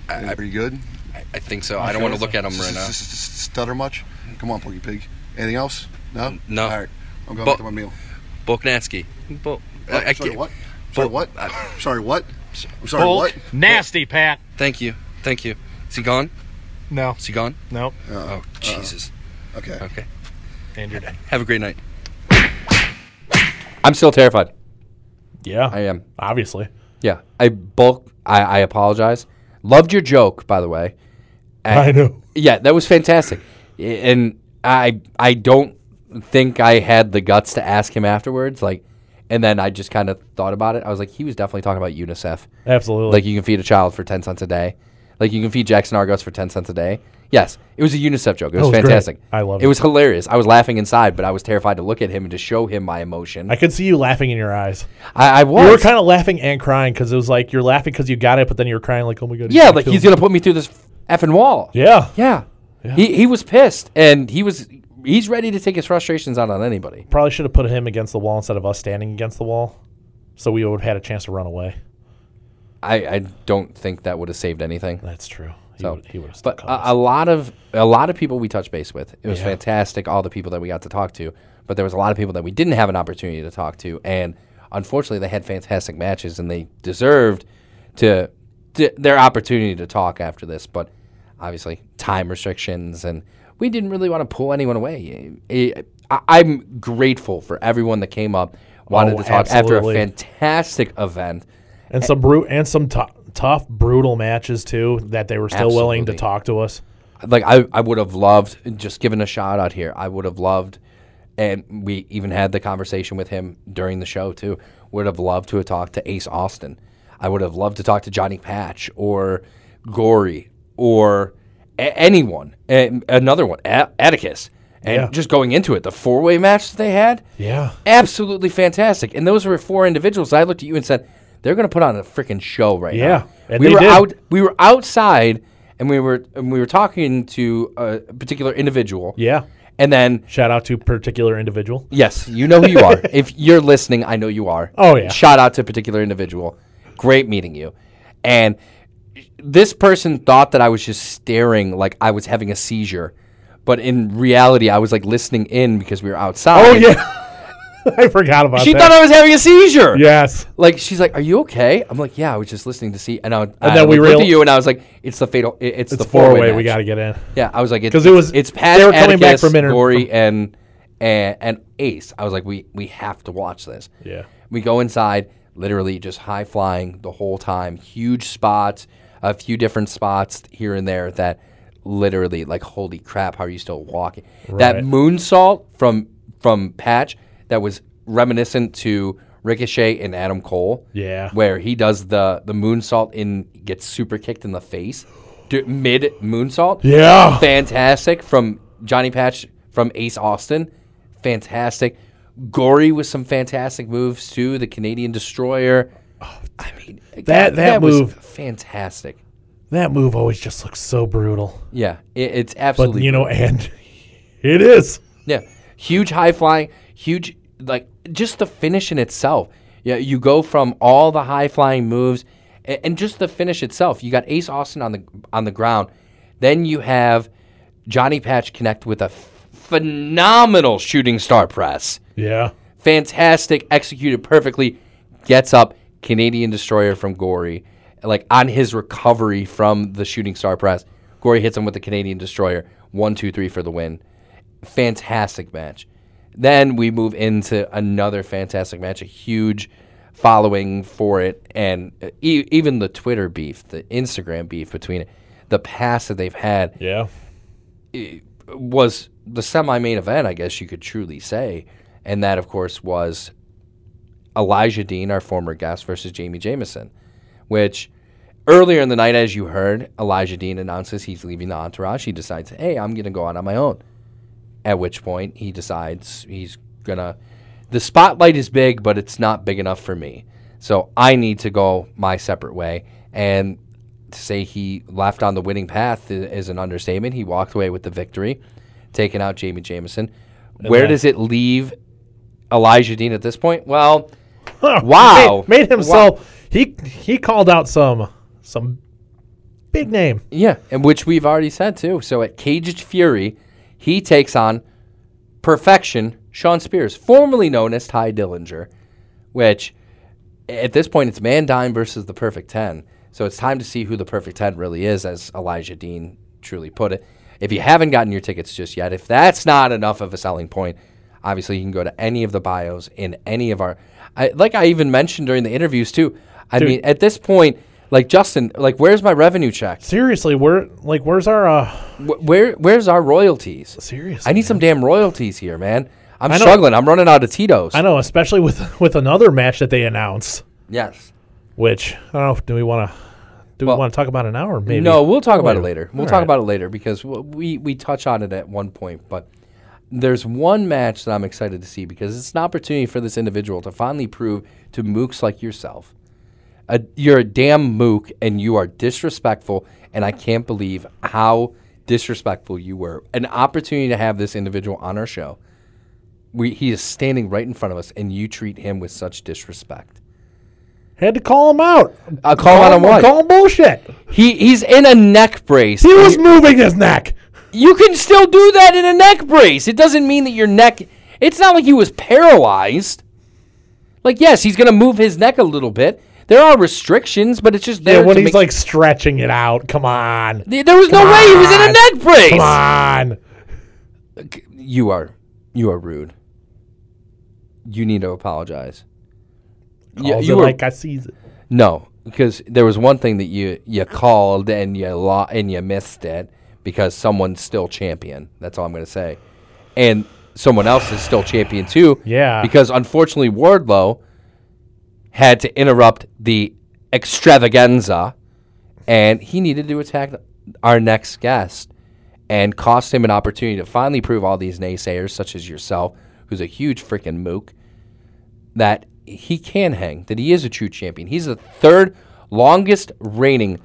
I- Are you good? I, I think so. I, don't want to look at him right S- now. s- s- s- Stutter much? Come on, Porky Pig. Anything else? No. No. All right. I'm going But- back to my meal. Boknatsky. Bo- I- I sorry can't- what? Sorry Bo- what? sorry what? I'm sorry Bulk, what? nasty Pat. Thank you. Thank you. Is he gone? No, Is he gone? no, Oh, Jesus. Okay. Okay. and you're dead. Have a great night. I'm still terrified. Yeah, I am. obviously. Yeah. I bulk. I, I apologize. Loved your joke, by the way. I know. Yeah, that was fantastic. I- And I I don't think I had the guts to ask him afterwards. Like, and then I just kind of thought about it. I was like, he was definitely talking about UNICEF. Absolutely. Like you can feed a child for ten cents a day. Like you can feed Jackson Argos for ten cents a day. Yes, it was a UNICEF joke. It was, was great. fantastic. I loved it. it. was hilarious. I was laughing inside, but I was terrified to look at him and to show him my emotion. I I, could see you laughing in your eyes. I, was. You were kind of laughing and crying because it was like you're laughing because you got it, but then you were crying like, oh my god. yeah, gonna like kill he's me. gonna put me through this effing wall. Yeah. Yeah. He he was pissed, and he was he's ready to take his frustrations out on anybody. Probably should have put him against the wall instead of us standing against the wall, so we would have had a chance to run away. I, I don't think that would have saved anything. That's true. He So, would, he would have still But come. a, a lot of a lot of people we touched base with. It was fantastic. All the people that we got to talk to, but there was a lot of people that we didn't have an opportunity to talk to, and unfortunately, they had fantastic matches and they deserved to, to their opportunity to talk after this. But obviously, time restrictions, and we didn't really want to pull anyone away. I, I, am grateful for everyone that came up, wanted Oh, to talk after a absolutely. fantastic event. and some brute and some tou- tough, brutal matches too that they were still willing to Absolutely. talk to us. like I, I would have loved just given a shout out here. I would have loved, and we even had the conversation with him during the show too. Would have loved to have talked to Ace Austin. I would have loved to talk to Johnny Patch or Gory or a- anyone. And another one, a- Atticus. And Yeah. just going into it, the four way match that they had, Yeah. absolutely fantastic. And those were four individuals. I looked at you and said, they're going to put on a freaking show right Yeah, now. and we they were did. out. We were outside, and we were and we were talking to a particular individual. Yeah. And then Shout out to particular individual. yes, you know who you are. if you're listening, I know you are. Oh, yeah. Shout out to a particular individual. Great meeting you. And this person thought that I was just staring like I was having a seizure. But in reality, I was like listening in because we were outside. Oh yeah. I forgot about She that. thought I was having a seizure. yes. Like she's like, "Are you okay?" I'm like, "Yeah, I was just listening to see." And I and I then we looked real- at you, and I was like, "It's the fatal. it- it's, It's the four way. We got to get in. Yeah, I was like, 'Cause it was- it's Patch, they were coming back Atticus, from inter- Gory, and, and and Ace. I was like, we we have to watch this. Yeah. We go inside, literally just high flying the whole time. Huge spots, a few different spots here and there that literally like holy crap, how are you still walking? That Right. moonsault from from Patch that was reminiscent to Ricochet and Adam Cole. Yeah. Where he does the the moonsault in gets super kicked in the face. du- Mid moonsault, Yeah. fantastic from Johnny Patch from Ace Austin. Fantastic. Gory with some fantastic moves too. The Canadian Destroyer. I mean, God, Oh, that move- was fantastic. That move always just looks so brutal. Yeah, it, it's But, absolutely you know, and it is. Yeah, huge high flying, huge like just the finish in itself. Yeah, you go from all the high flying moves, and, and just the finish itself. You got Ace Austin on the on the ground, then you have Johnny Patch connect with a f- phenomenal shooting star press, Yeah. fantastic, executed perfectly. Gets up, Canadian destroyer from Gory, like on his recovery from the shooting star press. Gory hits him with the Canadian destroyer, one two three for the win fantastic match. Then we move into another fantastic match, a huge following for it, and uh, e- even the Twitter beef, the Instagram beef between it, the pass that they've had Yeah. was the semi-main event, I guess you could truly say, and that of course was Elijah Dean, our former guest, versus Jamie Jamison, which earlier in the night, as you heard, Elijah Dean announces he's leaving the entourage. He decides, hey, I'm gonna go out on my own. At which point, he decides he's gonna. The spotlight is big, but it's not big enough for me, so I need to go my separate way. And to say he left on the winning path i- is an understatement. He walked away with the victory, taking out Jamie Jamison. Where then- does it leave Elijah Dean at this point? Well, Wow. Made, made himself. He he called out some some big name. Yeah, and which we've already said too. So at Caged Fury, he takes on Perfection, Sean Spears, formerly known as Ty Dillinger, which at this point it's Mandine versus the Perfect Ten. So it's time to see who the Perfect Ten really is, as Elijah Dean truly put it. If you haven't gotten your tickets just yet, if that's not enough of a selling point, obviously you can go to any of the bios in any of our. I, like I even mentioned during the interviews too. I mean, at this point, like Justin, like where's my revenue check? Seriously, where like where's our uh Wh- where where's our royalties? seriously? I need some damn royalties here, man. I'm know- struggling. I'm running out of Tito's. I know, especially with with another match that they announced, Yes. which I don't know. if- Do we want to do Well- we want to talk about an hour? Maybe No, we'll talk about it Later. later. We'll All talk right. about it later because w- we we touch on it at one point, but there's one match that I'm excited to see because it's an opportunity for this individual to finally prove to mooks like yourself. A, you're a damn mook and you are disrespectful and I can't believe how disrespectful you were. An opportunity to have this individual on our show. We, he is standing right in front of us and you treat him with such disrespect. Had to call him out. I call, out on him- what? Call him bullshit. He he's in a neck brace. He and was you- moving his neck. You can still do that in a neck brace. It doesn't mean that your neck. It's not like he was paralyzed. Like, yes, he's going to move his neck a little bit. There are restrictions, but it's just there. Yeah, when to he's make- like stretching it out. Come on. Th- there was no way he was in a on. neck Come brace. on. You are, you are rude. You need to apologize. Y- Calls you it were- like I sees it. No, because there was one thing that you you called and you lo- and you missed it because someone's still champion. That's all I'm going to say, and someone else is still champion too. Yeah. because unfortunately Wardlow had to interrupt the extravaganza, and he needed to attack our next guest and cost him an opportunity to finally prove all these naysayers, such as yourself, who's a huge freaking mook, that he can hang, that he is a true champion. He's the third longest reigning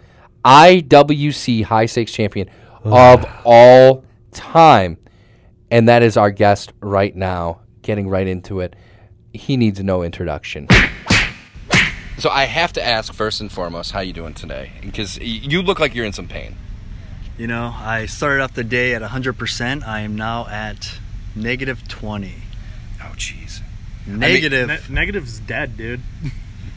IWC high stakes champion of all time. And that is our guest right now, getting right into it. He needs no introduction. So I have to ask first and foremost, how you doing today? Because you look like you're in some pain. You know, I started off the day at 100%. I am now at negative 20. Oh, jeez. Negative. Ne- negative's dead, dude.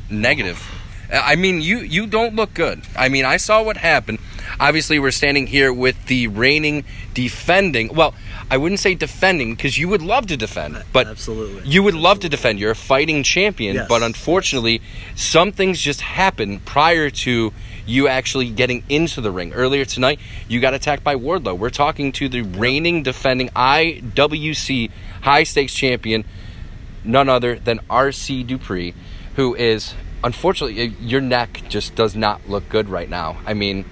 negative. I mean, you you don't look good. I mean, I saw what happened. Obviously, we're standing here with the reigning defending. Well, I wouldn't say defending because you would love to defend, but absolutely. you would love to defend. You're a fighting champion, Yes. but unfortunately, some things just happen prior to you actually getting into the ring. Earlier tonight, you got attacked by Wardlow. We're talking to the reigning defending IWC high stakes champion, none other than RC Dupree, who is unfortunately y- your neck just does not look good right now. I mean,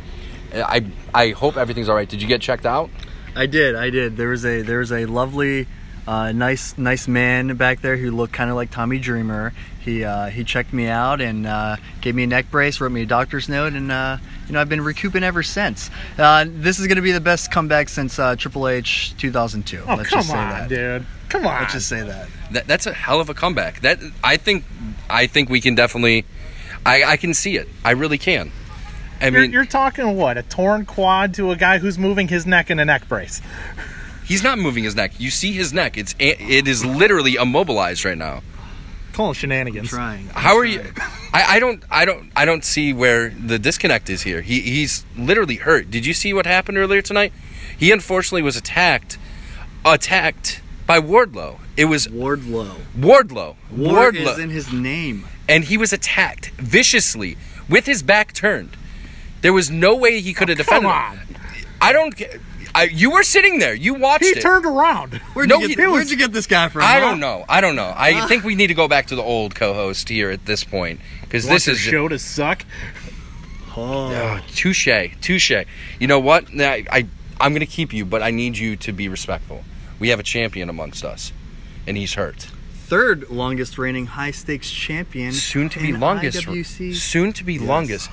I I hope everything's all right. Did you get checked out? I did. I did. There was a there was a lovely, uh, nice nice man back there who looked kind of like Tommy Dreamer. He uh, he checked me out and uh, gave me a neck brace, wrote me a doctor's note, and uh, you know I've been recouping ever since. Uh, this is going to be the best comeback since uh, Triple H 2002. Oh, Let's come just say on, that. dude. Come on. Let's just say that. That, that's a hell of a comeback. That I think I think we can definitely I, I can see it. I really can. I you're, mean, you're talking what? A torn quad to a guy who's moving his neck in a neck brace. he's not moving his neck. You see his neck. It's it is literally immobilized right now. Call it shenanigans. Trying. How are you? I, I don't I don't I don't see where the disconnect is here. He he's literally hurt. Did you see what happened earlier tonight? He unfortunately was attacked attacked by Wardlow. It was Wardlow. Wardlow. War Wardlow. is in his name. and he was attacked viciously with his back turned. There was no way he could have defended. come him. I don't. ge- I, you were sitting there. You watched He it. turned around. Where'd, No, you, he- get, where'd you get this guy from? I huh? don't know. I don't know. I Ah. think we need to go back to the old co-host here at this point because Want this your is show to suck. Oh, touche, touche. You know what? Now, I, I I'm gonna keep you, but I need you to be respectful. We have a champion amongst us, and he's hurt. third longest reigning high stakes champion. soon to be in longest IWC. soon to be longest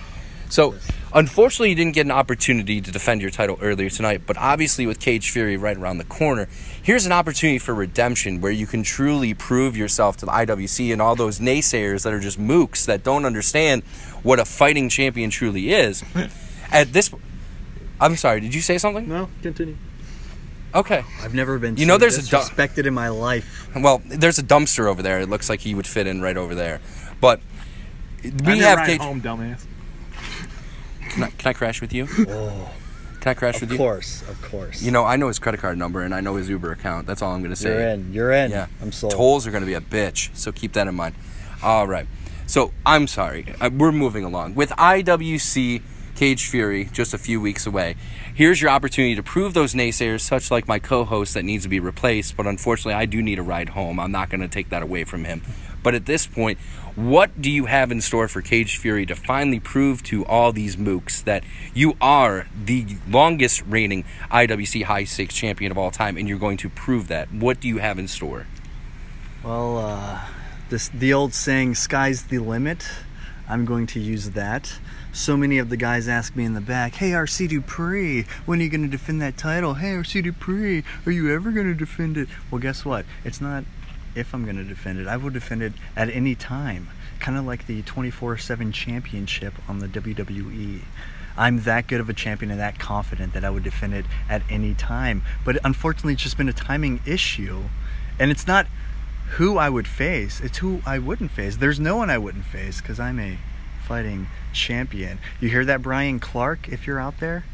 so unfortunately you didn't get an opportunity to defend your title earlier tonight but obviously with cage fury right around the corner here's an opportunity for redemption where you can truly prove yourself to the iwc and all those naysayers that are just mooks that don't understand what a fighting champion truly is at this i'm sorry did you say something No, continue. okay I've never been. You know so there's a du- disrespected in my life. well there's a dumpster over there it looks like he would fit in right over there but I we need a have ride cage home, dumbass. Can I, can I crash with you? Oh. Can I crash with Of you? course, of course. You know, I know his credit card number and I know his Uber account. That's all I'm going to say. You're in. You're in. Yeah. I'm sold. Tolls are going to be a bitch, so keep that in mind. All right. So I'm sorry. Uh, We're moving along. With IWC Cage Fury just a few weeks away, here's your opportunity to prove those naysayers, such like my co host that needs to be replaced. But unfortunately, I do need a ride home. I'm not going to take that away from him. But at this point, what do you have in store for Cage Fury to finally prove to all these mooks that you are the longest reigning IWC High Stakes champion of all time and you're going to prove that? What do you have in store? Well, uh, this the old saying "sky's the limit." I'm going to use that. So many of the guys ask me in the back, "Hey, RC Dupree, when are you going to defend that title? Hey, RC Dupree, are you ever going to defend it?" Well, guess what? It's not if I'm going to defend it. I will defend it at any time, kind of like the 24/7 championship on the WWE. I'm that good of a champion and that confident that I would defend it at any time. But unfortunately, it's just been a timing issue, and it's not who I would face. It's who I wouldn't face. There's no one I wouldn't face because I'm a fighting champion. You hear that, Brian Clark? If you're out there,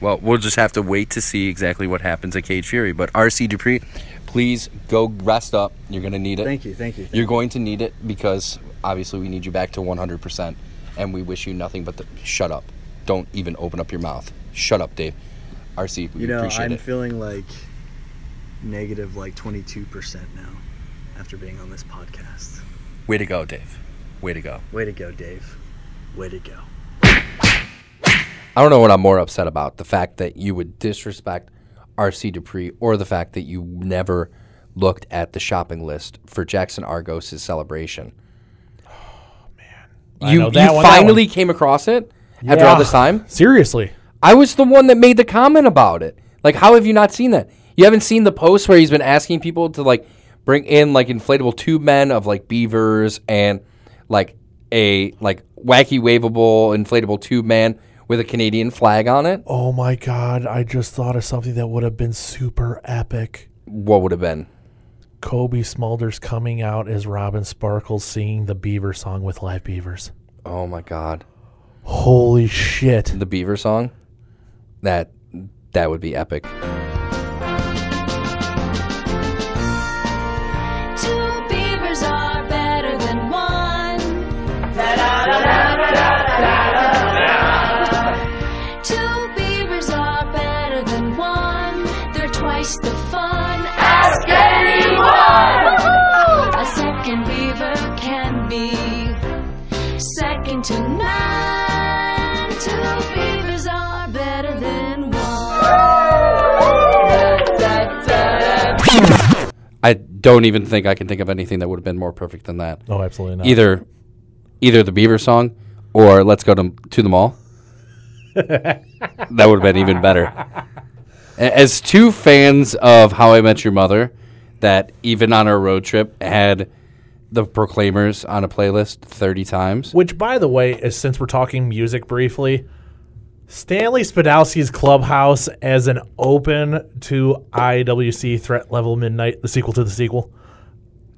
Well, we'll just have to wait to see exactly what happens at Cage Fury. But RC Dupree, please go rest up. You're going to need it. thank you, thank you. Thank You're going to need it because obviously we need you back to 100%. And we wish you nothing but the. Shut up. Don't even open up your mouth. Shut up, Dave. RC, we you know, appreciate I'm it. feeling like negative, like 22 percent now after being on this podcast. Way to go, Dave. Way to go. Way to go, Dave. Way to go. I don't know what I'm more upset about the fact that you would disrespect RC Dupree or the fact that you never looked at the shopping list for Jackson Argos' celebration. Oh, man. You, know that you one, that finally came across it after all Yeah. this time? Seriously. I was the one that made the comment about it. Like, how have you not seen that? You haven't seen the post where he's been asking people to like bring in like inflatable tube men of like beavers and like a like wacky waveable inflatable tube man with a Canadian flag on it. Oh my god, I just thought of something that would have been super epic. What would have been? Kobe Smulders coming out as Robin Sparkles singing the Beaver song with live beavers. Oh my god, Holy shit. the Beaver song. That that would be epic. Two beavers are better than one. Two beavers are better than one. They're twice the fun. Ask anyone. A second beaver can be second to none. Two beavers are better than one. I don't even think I can think of anything that would have been more perfect than that. Oh, absolutely not. Either either the Beaver song or Let's Go to to the Mall. that would have been even better. A- As two fans of How I Met Your Mother, that even on our road trip had the Proclaimers on a playlist thirty times. Which, by the way, is since we're talking music briefly, Stanley Spadowski's Clubhouse as an open to IWC Threat Level Midnight, the sequel to the sequel.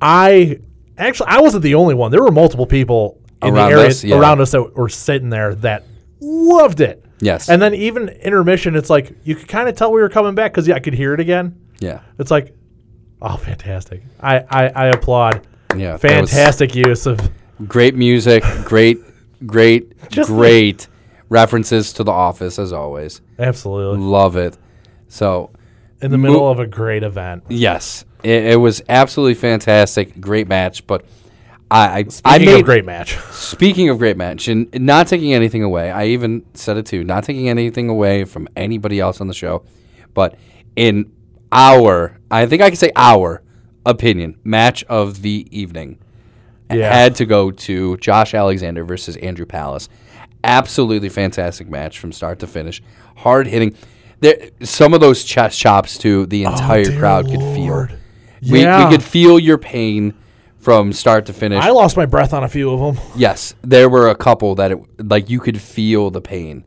I actually I wasn't the only one. There were multiple people in Around the area us, yeah. around us that were sitting there that loved it. Yes. And then even intermission, it's like you could kind of tell we were coming back because yeah, I could hear it again. Yeah, It's like, oh, fantastic! I I, I applaud. yeah, that was- Fantastic use of Great music, great, great, Just the- great references to The Office as always. absolutely Love it. So in the middle of a great event. yes, it, it was absolutely fantastic. Great match, but I I, I Speaking of made great match. speaking of great match and not taking anything away. I even said it too, not taking anything away from anybody else on the show, but in our I think I can say our opinion match of the evening. Yeah. had to go to Josh Alexander versus Andrew Palace. Absolutely fantastic match from start to finish. Hard hitting. There, some of those chest chops too. The entire Oh, dear crowd could feel. Lord. We, Yeah. we could feel your pain from start to finish. I lost my breath on a few of them. yes, there were a couple that it, like you could feel the pain,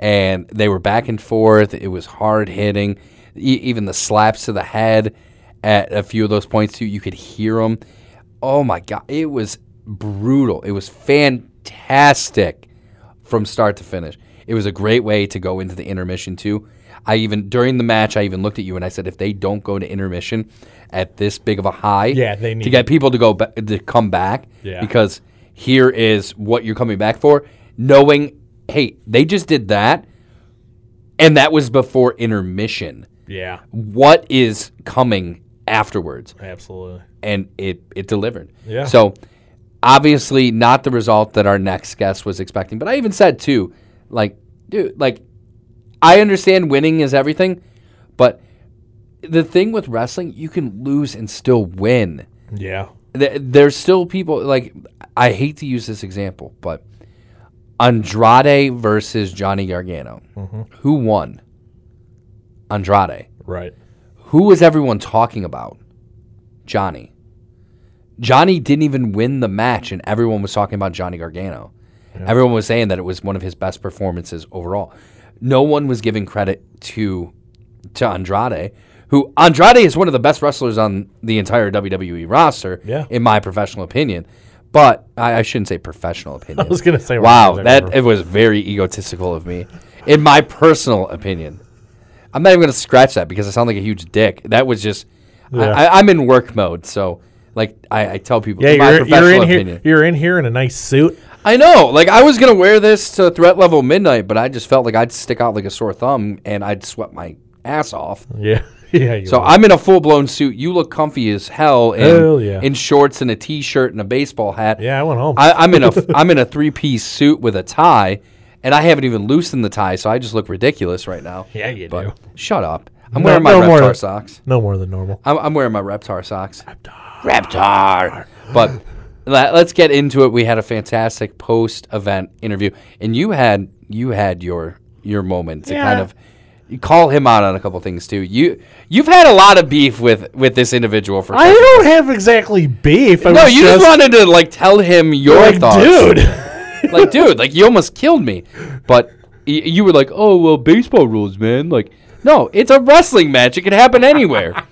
and they were back and forth. It was hard hitting. E- even the slaps to the head at a few of those points too. You could hear them. Oh my god, it was brutal. It was fantastic from start to finish. It was a great way to go into the intermission too. I even during the match, I even looked at you and I said, if they don't go to intermission at this big of a high, Yeah, they to need- get people to go ba- to come back Yeah. because here is what you're coming back for. Knowing, hey, they just did that, and that was before intermission. Yeah, What is coming afterwards? absolutely. and it it delivered. Yeah. So obviously not the result that our next guest was expecting. But I even said too, like, dude, like I understand winning is everything, but the thing with wrestling, you can lose and still win. Yeah, Th- There's still people like I hate to use this example, but Andrade versus Johnny Gargano. Who won? Andrade. right. Who was everyone talking about? Johnny. Johnny didn't even win the match, and everyone was talking about Johnny Gargano. Everyone was saying that it was one of his best performances overall. No one was giving credit to to Andrade, who Andrade is one of the best wrestlers on the entire WWE roster, Yeah. in my professional opinion. But I, I shouldn't say professional opinion. I was gonna say, wow, I that remember. it was very egotistical of me, in my personal opinion. I'm not even gonna scratch that because I sound like a huge dick. That was just Yeah. I, I, I'm in work mode, so like I, I tell people, Yeah, in my you're, professional you're in here. opinion. You're in here in a nice suit. I know, like I was gonna wear this to threat level midnight, but I just felt like I'd stick out like a sore thumb and I'd sweat my ass off. Yeah, yeah. You So are. I'm in a full blown suit. You look comfy as hell in, Hell yeah. in shorts and a t shirt and a baseball hat. yeah, I went home. I, I'm in a f- I'm in a three piece suit with a tie, and I haven't even loosened the tie, so I just look ridiculous right now. yeah, you do. But shut up. I'm No- wearing my no more. Reptar socks. No more than normal. I'm, I'm wearing my Reptar socks. Reptar. Reptar. But let, us get into it. We had a fantastic post-event interview, and you had you had your your moment to kind Yeah. of you call him out on a couple things too. You you've had a lot of beef with with this individual for. I don't have exactly beef. I no, was you just, wanted to like tell him your like, thoughts, dude. like dude, like you almost killed me. But y- you were like, oh well, baseball rules, man. Like, no, it's a wrestling match. It could happen anywhere.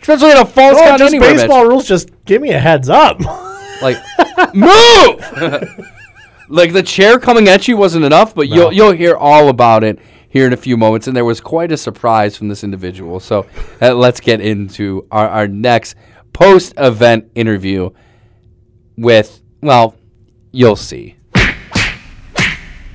Especially in a false Oh, count just anywhere match. baseball rules. Just give me a heads up. Like, move! like the chair coming at you wasn't enough, but you'll you'll hear all about it here in a few moments. And there was quite a surprise from this individual. So uh, let's get into our, our next post event interview with well, you'll see.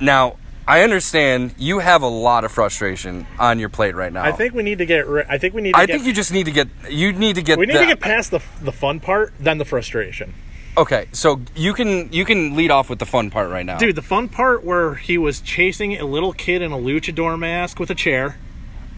Now, I understand you have a lot of frustration on your plate right now. I think we need to get. Ri- I think we need. To I get, think you just need to get. You need to get. We need the- to get past the the fun part, then the frustration. Okay, so you can you can lead off with the fun part right now, Dude, the fun part where he was chasing a little kid in a luchador mask with a chair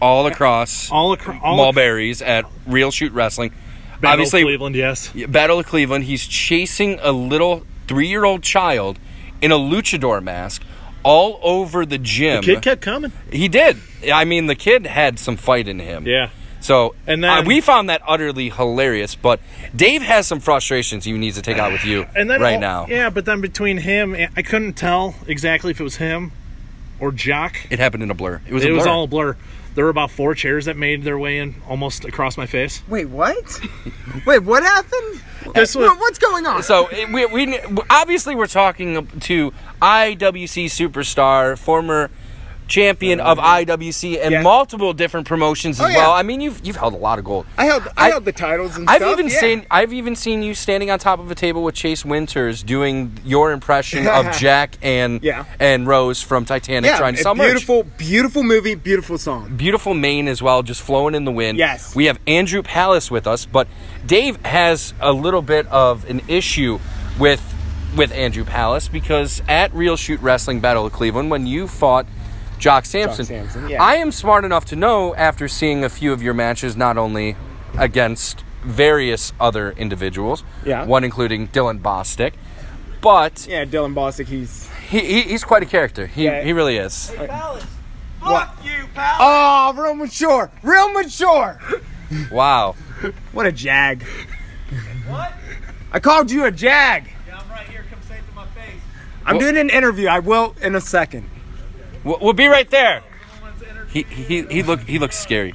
All across all across all Mulberries at Real Shoot Wrestling. Battle of Obviously, Cleveland, yes. Battle of Cleveland. He's chasing a little three-year-old child in a luchador mask all over the gym. Kid kept coming. He did. I mean, the kid had some fight in him. Yeah. So and And then- we found that utterly hilarious. But Dave has some frustrations he needs to take out with you And then right all- now. Yeah, but then between him and I couldn't tell exactly if it was him or Jock. It happened in a blur. It was. It a was blur. all a blur. There were about four chairs that made their way in almost across my face. Wait, what? Wait, what happened? This was- What- What's going on? So eh, it- we, we obviously we're talking to IWC superstar, former champion of IWC, and Yeah. multiple different promotions as Oh, yeah. well. I mean, you've you've held a lot of gold. I held I, I- held the titles and I've stuff. even yeah. seen I've even seen you standing on top of a table with Chase Winters doing your impression of Jack and Yeah. and Rose from Titanic yeah, trying to a sell merch. beautiful, beautiful movie, beautiful song. Beautiful Maine as well, just flowing in the wind. Yes. We have Andrew Palace with us, but Dave has a little bit of an issue with with Andrew Palace because at Real Shoot Wrestling Battle of Cleveland, when you fought Jock Sampson, Sampson, yeah. I am smart enough to know after seeing a few of your matches, not only against various other individuals, Yeah. one including Dylan Bostick, but Yeah, Dylan Bosick, he's he, he, he's quite a character. He, Yeah. he really is. what? you, pal. Oh, real mature, real mature. Wow. What a jag. What? I called you a jag. Yeah, I'm right here. Come say it to my face. I'm doing an interview. I will in a second. We'll, we'll be right there. He he he look he looks scary,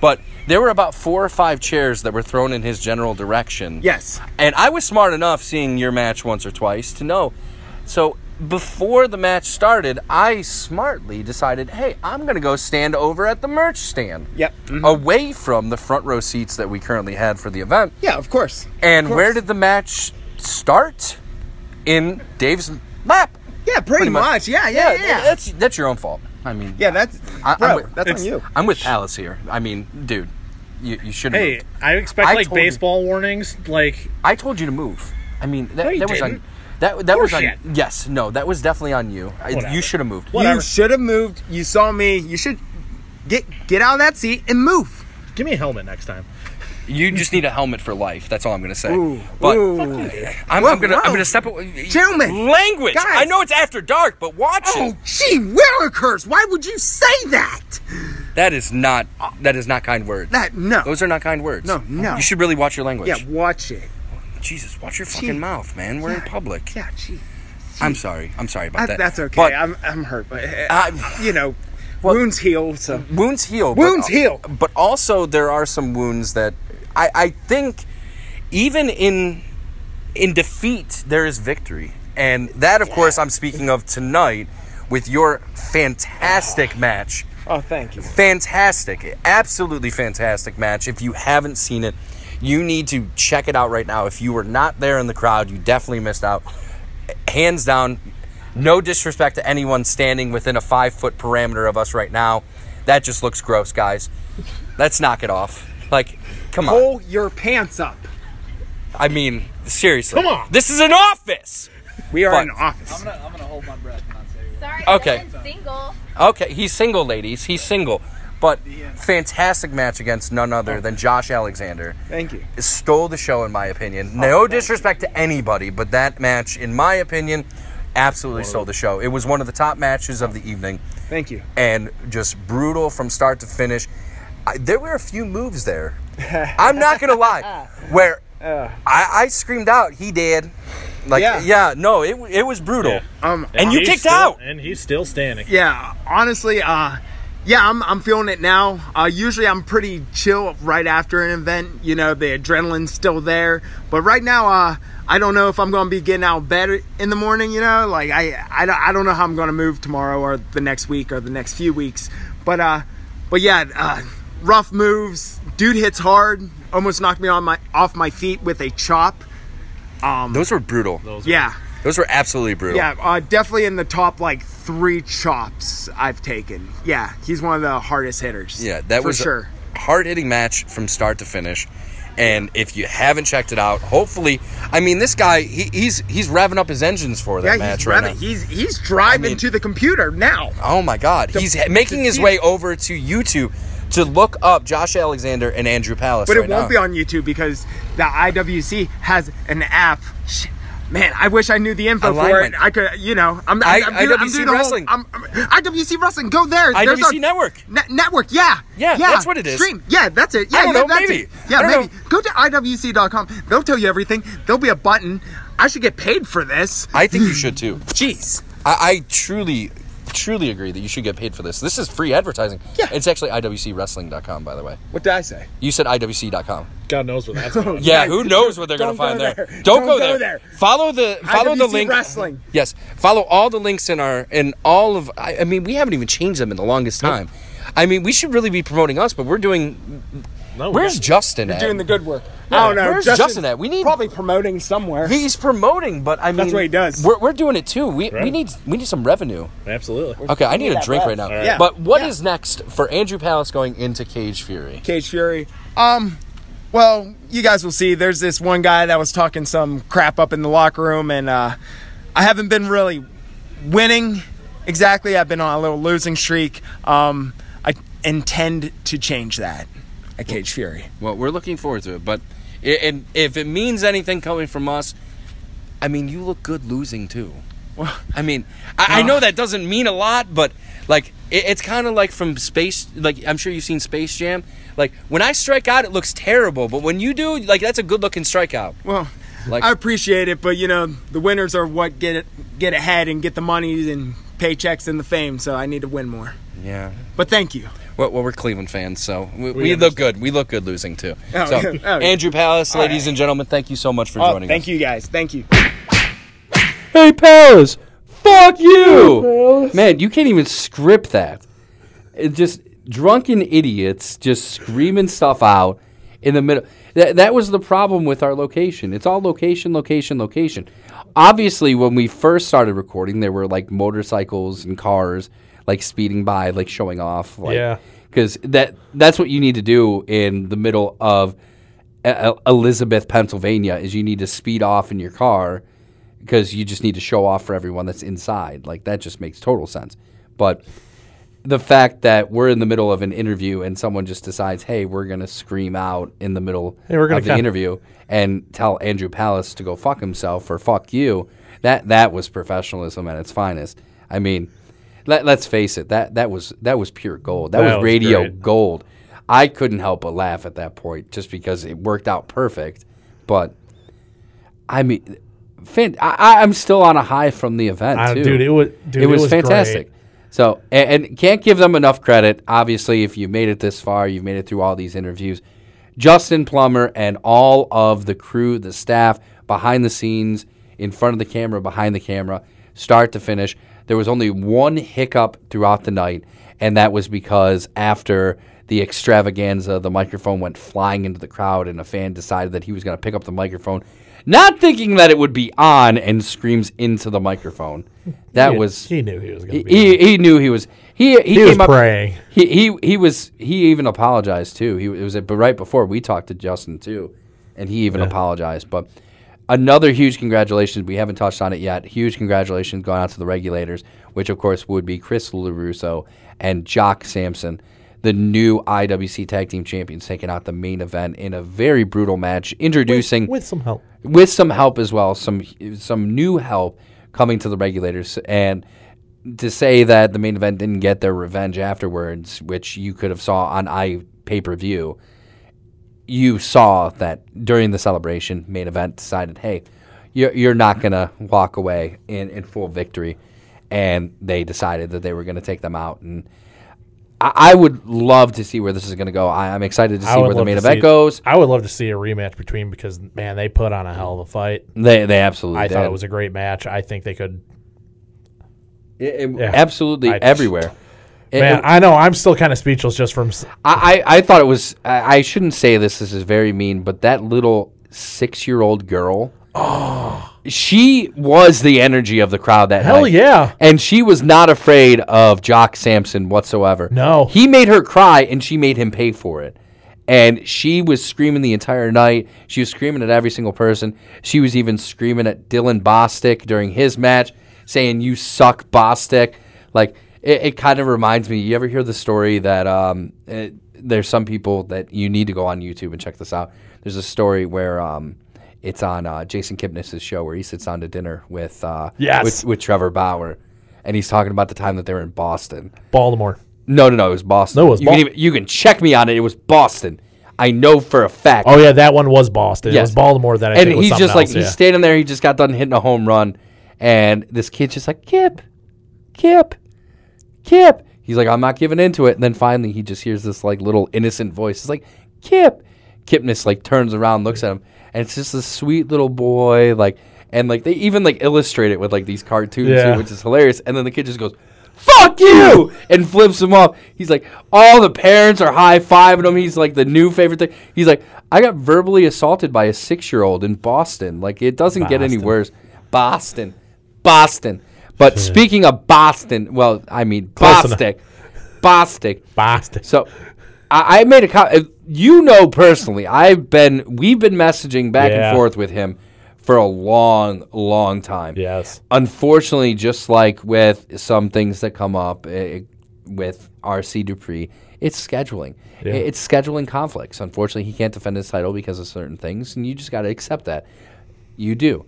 but there were about four or five chairs that were thrown in his general direction. Yes. and I was smart enough seeing your match once or twice to know. So before the match started, I smartly decided, hey, I'm gonna go stand over at the merch stand. Yep. Mm-hmm. Away from the front row seats that we currently had for the event. Yeah, of course. And Of course. where did the match start? In Dave's lap. Yeah, pretty, much. Yeah, yeah, yeah. Yeah, That's that's your own fault. I mean, that's I- I'm bro. with- that's on it's- you. I'm with Palace here. I mean, dude, you, you should have Hey, moved. I expect I like told you. baseball warnings. Like I told you to move. I mean, that, you that was on didn't. that that was on Bullshit. yes, no, that was definitely on you. I- Whatever. you should have moved. whatever. You should have moved. You saw me. You should get get out of that seat and move. give me a helmet next time. You just need a helmet for life. That's all I'm gonna say. Ooh, but ooh. I'm, Whoa, I'm gonna whoa. I'm gonna step away. Gentlemen, language. guys. I know it's after dark, but watch Oh, it. gee, Willikers, why would you say that? That is not that is not kind words. That no. Those are not kind words. No, no. You should really watch your language. yeah, watch it. Jesus, watch your fucking mouth, man. We're in public. Yeah, gee. I'm sorry. I'm sorry about I- that. that's okay. But I'm I'm hurt, but uh, I- you know, wounds heal. So wounds heal. Wounds heal. But uh, also, there are some wounds that I, I think, even in in defeat, there is victory, and that, of course, I'm speaking of tonight with your fantastic match. oh, thank you. Fantastic, absolutely fantastic match. If you haven't seen it, you need to check it out right now. If you were not there in the crowd, you definitely missed out. Hands down, no disrespect to anyone standing within a five foot parameter of us right now. That just looks gross, guys. Let's knock it off. Like, come on. Pull your pants up. I mean, seriously. Come on. This is an office. We are But- in office. Sorry, Okay. Ellen's single. Okay, he's single, ladies. He's single. But fantastic match against none other than Josh Alexander. Thank you. Oh, stole the show in my opinion. No disrespect to anybody, but that match, in my opinion, absolutely stole the show. It was one of the top matches of the evening, Thank you. and just brutal from start to finish. I, there were a few moves there. I'm not gonna lie, where I, I screamed out, he did. Like, Uh. Yeah. yeah, no, it it was brutal. Um, And you He's kicked still- out. and he's still standing. yeah, honestly, uh, yeah, I'm, I'm feeling it now. Uh, usually I'm pretty chill right after an event. You know, the adrenaline's still there. But right now, uh, I don't know if I'm going to be getting out of bed in the morning, you know? Like, I, I, don't- I don't know how I'm going to move tomorrow or the next week or the next few weeks. But, uh, but yeah, uh, rough moves. Dude hits hard. Almost knocked me on my off my feet with a chop. Um, Those were brutal. yeah. Those were absolutely brutal. Yeah, uh, definitely in the top like three chops I've taken. Yeah, he's one of the hardest hitters. Yeah, that for was sure. a hard hitting match from start to finish. And if you haven't checked it out, hopefully, I mean, this guy, he, he's he's revving up his engines for that Yeah, match he's right now. revving- He's he's driving to the computer now. Oh my God, he's ha- making to his see- way over to YouTube to look up Josh Alexander and Andrew Palace. But it right won't now. be on YouTube because the IWC has an app. Shit, Man, I wish I knew the info for it. Alignment. I could, you know, I'm, I'm, I- I'm doing, I'm IWC doing the Wrestling. Whole, I'm, I'm- IWC wrestling. Go there. There's IWC a- Network. Ne- network, yeah. Yeah, that's what it is. Stream, yeah, that's it. Yeah, I don't yeah, know, that's maybe. It. Yeah, I don't maybe. Go to IWC.com. They'll tell you everything. There'll be a button. I should get paid for this. I think you should too. Jeez. I, I truly, truly agree that you should get paid for this. This is free advertising. Yeah. It's actually IWCWrestling.com, by the way. What did I say? You said IWC.com. God knows what that's about. Yeah, who knows what they're going to Don't find go there. there. Don't, Don't go, there. go there. Follow the follow the IWC link. Wrestling. Yes, follow all the links in our in all of. I, I mean, we haven't even changed them in the longest time. I mean, we should really be promoting us, but we're doing. No, we Where's got- Justin You're at? doing the good work. Yeah, I don't know. where's Justin's Justin at? We need- probably promoting somewhere. He's promoting, but I mean, what he does. We're, we're doing it too. We, we Right. need we need some revenue. Absolutely. Okay, I need a drink right now. right. Yeah. But what is next for Andrew Palace going into Cage Fury? Cage Fury. Um, well, you guys will see. There's this one guy that was talking some crap up in the locker room, and uh, I haven't been really winning exactly. I've been on a little losing streak. Um, I intend to change that at Cage Fury. Well, we're looking forward to it, but i- and if it means anything coming from us, I mean, you look good losing too. I mean, I, I know that doesn't mean a lot, but like it, it's kind of like from space. Like I'm sure you've seen Space Jam. Like when I strike out, it looks terrible, but when you do, like that's a good looking strikeout. Well, Like- I appreciate it, but you know the winners are what get it, get ahead and get the money and paychecks and the fame. So I need to win more. Yeah. But thank you. Well, well, we're Cleveland fans, so we, we look good. We look good losing too. Oh, so, yeah. Oh, yeah. Andrew Palace, ladies and gentlemen, thank you so much for Oh, joining thank us. you guys. Thank you. Hey, Palace, fuck you! Man, you can't even script that. It just drunken idiots just screaming stuff out in the middle. That, that was the problem with our location. It's all location, location, location. Obviously, when we first started recording, there were like motorcycles and cars like speeding by, like showing off. Like, Yeah. Because that, that's what you need to do in the middle of E- Elizabeth, Pennsylvania, is you need to speed off in your car because you just need to show off for everyone that's inside. Like that just makes total sense. But the fact that we're in the middle of an interview and someone just decides, hey, we're gonna scream out in the middle Hey, we're gonna of the kinda- interview and tell Andrew Palace to go fuck himself or fuck you, that that was professionalism at its finest. I mean, let, let's face it that that was that was pure gold. That, That was, was radio great. gold. I couldn't help but laugh at that point just because it worked out perfect. But I mean, fan, I- I, I'm still on a high from the event I- too. dude, it was- dude, it it was was fantastic. great. So and, and can't give them enough credit. Obviously, if you made it this far, you've made it through all these interviews. Justin Plummer and all of the crew, the staff behind the scenes, in front of the camera, behind the camera, start to finish. There was only one hiccup throughout the night, and that was because after the extravaganza, the microphone went flying into the crowd, and a fan decided that he was going to pick up the microphone, not thinking that it would be on, and screams into the microphone. That He- was he knew he was going to be. he, he knew he was he he, was came up- praying. He, he he was he even apologized too. He it was but right before we talked to Justin too, and he even apologized. But another huge congratulations. We haven't touched on it yet. Huge congratulations going out to the regulators, which of course would be Chris Larusso and Jock Sampson, the new IWC Tag Team Champions, taking out the main event in a very brutal match, introducing with some help. with some help as well, some some new help coming to the regulators, and to say that the main event didn't get their revenge afterwards, which you could have saw on i pay per view, you saw that during the celebration, main event decided, hey, you're, you're not gonna walk away in, in full victory, and they decided that they were gonna take them out and. I, I would love to see where this is going to go. I, I'm excited to see where the main event goes. I would love to see a rematch between because man, they put on a hell of a fight. They- they absolutely I thought did. it was a great match. I think they could. It- it- Yeah. Absolutely I- everywhere. It- man, it- I know I'm still kind of speechless just from. s- I, I, I thought it was. I, I shouldn't say this. This is very mean, but that little six-year-old girl. Oh. She was the energy of the crowd that Hell night. yeah. And she was not afraid of Jock Sampson whatsoever. No. He made her cry, and she made him pay for it. And she was screaming the entire night. She was screaming at every single person. She was even screaming at Dylan Bostic during his match, saying, You suck, Bostic. Like, it, it kind of reminds me. You ever hear the story that um, it, there's some people that you need to go on YouTube and check this out? There's a story where um, it's on uh, Jason Kipnis' show where he sits down to dinner with, uh, Yes. with, with Trevor Bauer. And he's talking about the time that they were in Boston. Baltimore. No, no, no. It was Boston. No, it was you, can Bo- even- you can check me on it. It was Boston. I know for a fact. Oh yeah, that one was Boston. It Yes. was Baltimore that I and think was he's something just like else, he's yeah. standing there. He just got done hitting a home run, and this kid's just like Kip, Kip, Kip. He's like, I'm not giving into it. And then finally, he just hears this like little innocent voice. It's like Kip. Kipness like turns around, looks at him, and it's just this sweet little boy. Like and like they even like illustrate it with like these cartoons, too, Yeah. which is hilarious. And then the kid just goes. Fuck you! And flips him off. He's like, all the parents are high fiving him. He's like the new favorite thing. He's like, I got verbally assaulted by a six year old in Boston. Like it doesn't get any Boston. Hmm. worse. Boston, Boston. But speaking of Boston, well, I mean Close enough. Bostic, Bostic. Boston. So I, I made a co- uh, You know personally, I've been we've been messaging back Yeah. and forth with him for a long, long time. Yes. Unfortunately, just like with some things that come up eh, with RC Dupree, it's scheduling. Yeah. It- It's scheduling conflicts. Unfortunately, he can't defend his title because of certain things, and you just got to accept that. You do.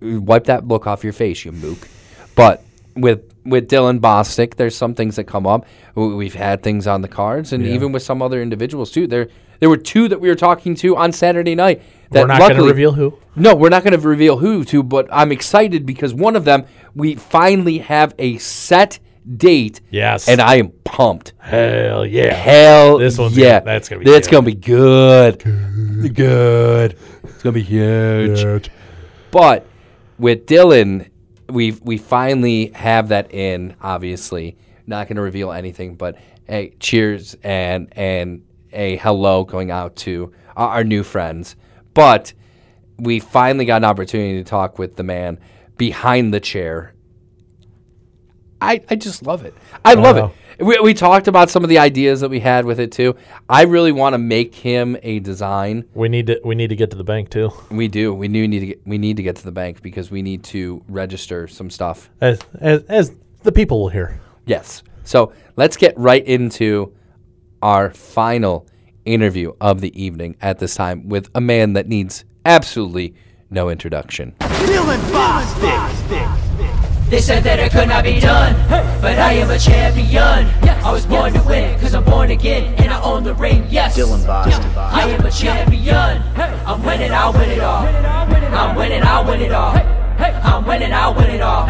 Wipe that look off your face, you mook. But with with Dylan Bostic, there's some things that come up. W- We've had things on the cards, and even with some other individuals too. There there were two that we were talking to on Saturday night. That We're not going to luckily- reveal who. no, we're not going to reveal who to, but I'm excited because one of them we finally have a set date. Yes. and I am pumped. Hell yeah. Hell, This one's yeah, gonna- that's gonna be that's good. gonna be good. good. It's gonna be huge. But with Dylan, we we finally have that in. Obviously, not going to reveal anything, but hey, cheers and and a hello going out to our, our new friends. But we finally got an opportunity to talk with the man behind the chair. I, I just love it. I love Wow. it. We, we talked about some of the ideas that we had with it too. I really want to make him a design. We need to we need to get to the bank too. We do. We do need to get, we need to get to the bank because we need to register some stuff. As as, as the people will hear. Yes. So let's get right into our final interview of the evening at this time with a man that needs absolutely no introduction. They said that it could not be done, but I am a champion. I was born to win, cause I'm born again, and I own the ring, yes. Dylan I am a champion. I'm winning, I win it all. I'm winning, I win it all. I'm winning, I win it all.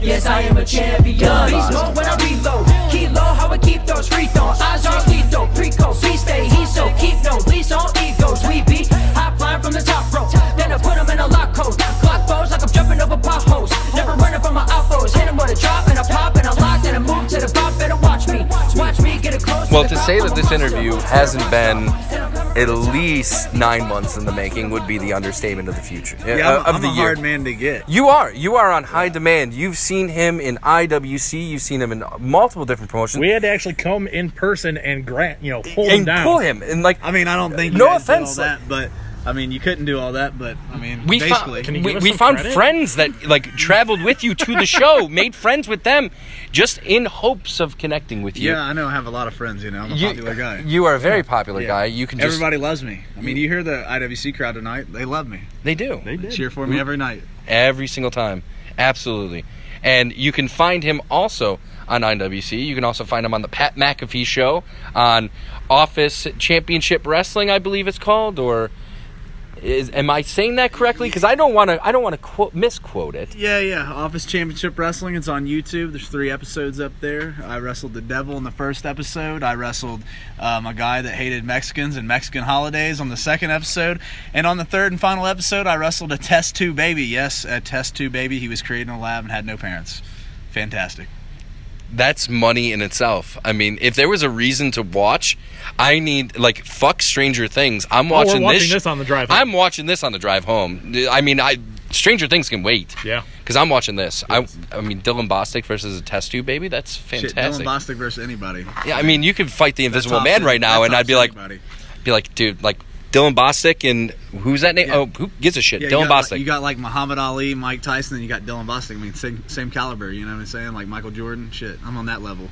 Yes, I am a champion. Beast mode when I reload. Kilo, how I keep those free throws. Eyes are lethal. Preco, feast day, he so keep no lease on egos. We beat hop line from the top rope. Then I put him in a lock code. Clock bows like I'm jumping over potholes. Never running from my outfoes. Hit him with a drop and a pop and a lock. Then I move to the bop. Better watch me. Watch me get a close. Well, to say that this interview hasn't been at least nine months in the making would be the understatement of the future uh, Yeah, I'm, of I'm the a year. hard man to get. You are. You are on high demand. You've seen him in IWC. You've seen him in multiple different promotions. We had to actually come in person and grant, you know, pull him and down. pull him. And like, I mean, I don't think you No guys did offense, all that, but I mean, you couldn't do all that, but I mean, we basically, found you we, give us we some found credit? friends that like traveled with you to the show, made friends with them, just in hopes of connecting with you. yeah, I know. I have a lot of friends. You know, I'm a popular guy. you are a very popular Yeah. guy. You can just Everybody loves me. I mean, you hear the IWC crowd tonight; they love me. they do They cheer for me every night. every single time, absolutely. And you can find him also on IWC. You can also find him on the Pat McAfee show on Office Championship Wrestling, I believe it's called, or Is, am I saying that correctly? Because I don't want to. I don't want to quote misquote it. Yeah, yeah. Office Championship Wrestling. It's on YouTube. There's three episodes up there. I wrestled the devil in the first episode. I wrestled um, a guy that hated Mexicans and Mexican holidays on the second episode. And on the third and final episode, I wrestled a test tube baby. Yes, a test tube baby. He was created in a lab and had no parents. Fantastic. that's money in itself. I mean, if there was a reason to watch, I need like fuck Stranger Things. I'm Oh, we're watching, watching this on the drive home. I'm watching this on the drive home. I mean, I Stranger Things can wait. Yeah. because I'm watching this. I, I mean, Dylan Bostic versus a test tube baby. That's fantastic. Shit, Dylan Bostic versus anybody. yeah, I mean, you could fight the Invisible tops Man it- right now, that and I'd be tops like, anybody. be like, dude, like Dylan Bostic and who's that name? Oh, who gives a shit? Yeah, Dylan you got, Bostic. Like, you got like Muhammad Ali, Mike Tyson, and you got Dylan Bostic. I mean, same, same caliber. You know what I'm saying? Like Michael Jordan. Shit, I'm on that level.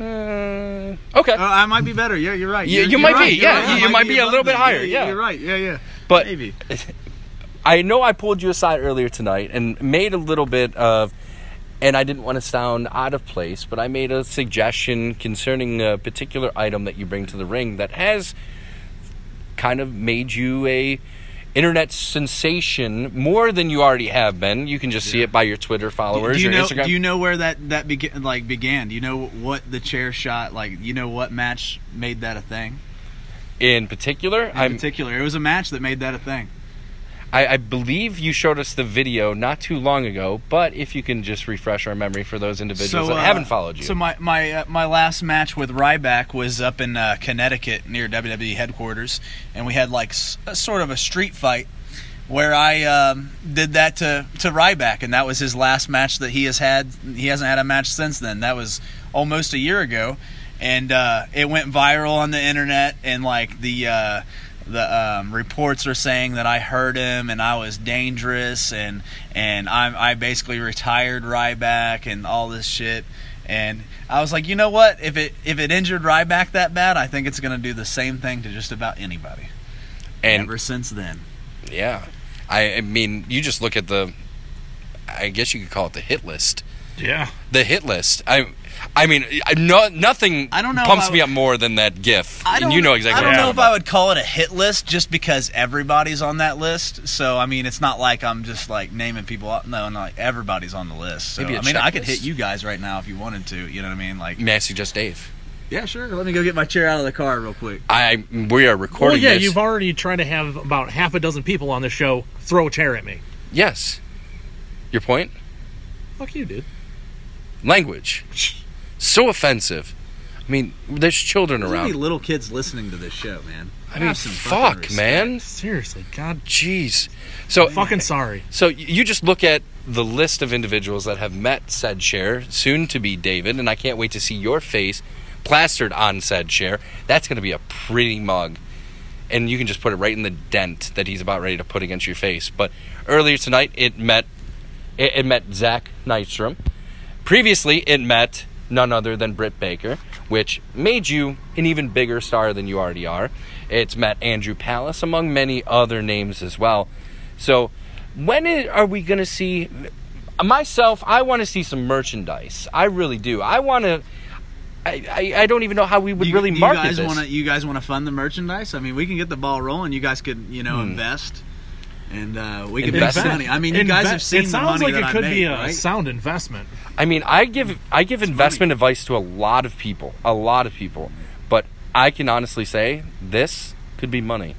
Uh, okay. Uh, I might be better. Yeah, you're right. You- You're- you you're might be, right. You're yeah. right. I You- you might be a above little bit them. higher, yeah. you're right. Yeah, yeah. But maybe I know I pulled you aside earlier tonight and made a little bit of, and I didn't want to sound out of place, but I made a suggestion concerning a particular item that you bring to the ring that has kind of made you a internet sensation more than you already have been. You can just see it by your Twitter followers, do you your know? Instagram. Do you know where that that began? Like began? Do you know what the chair shot? Like you know what match made that a thing? In particular, In I'm, particular, it was a match that made that a thing. I, I believe you showed us the video not too long ago, but if you can just refresh our memory for those individuals that uh, haven't followed you. So my my uh, my last match with Ryback was up in uh, Connecticut near WWE headquarters, and we had like s- a sort of a street fight where I um, did that to to Ryback, and that was his last match that he has had. He hasn't had a match since then. That was almost a year ago, and uh, it went viral on the internet, and like the. Uh, the um, reports are saying that I hurt him and I was dangerous and and I, I basically retired Ryback and all this shit. And I was like, you know what? If it if it injured Ryback that bad, I think it's going to do the same thing to just about anybody. and Ever since then, Yeah, I, I mean, you just look at the. I guess you could call it the hit list. Yeah. The hit list. I, I mean, I, no, nothing. I don't know if Pumps I me up more than that GIF, I and don't- you know exactly. I don't what I'm know talking if I would call it a hit list just because everybody's on that list. So I mean, it's not like I'm just like naming people. Out. No, no, like everybody's on the list. So Maybe a I mean, I could checklist? hit you guys right now if you wanted to. You know what I mean? Like, about. May I suggest Dave? yeah, sure. Let me go get my chair out of the car real quick. I we are Well, recording. yeah, this. you've already tried to have about half a dozen people on the show throw a chair at me. Yes. Your point. Fuck you, dude. Language. So offensive. I mean, there's children There's gonna be around. little kids listening to this show, man. I mean, Have some fucking fuck, respect. man. Seriously, God. Jeez. So Fucking sorry. So y- you just look at the list of individuals that have met said chair, soon to be David, and I can't wait to see your face plastered on said chair. That's going to be a pretty mug. And you can just put it right in the dent that he's about ready to put against your face. But earlier tonight, it met it, it met Zach Nystrom. Previously, it met none other than Britt Baker, which made you an even bigger star than you already are. It's met Andrew Palace, among many other names as well. So, when i- are we going to see myself? I want to see some merchandise. I really do. I want to. I, I, I don't even know how we would really you market guys this. Wanna, you guys want to fund the merchandise? I mean, we can get the ball rolling. You guys could, you know, Hmm. invest, and uh, we can make Invest? some money. I mean, you guys Inve- have seen It the sounds money like that it could I made, be a right? sound investment. I mean, I give I give investment advice to a lot of people, a lot of people, but I can honestly say this could be money,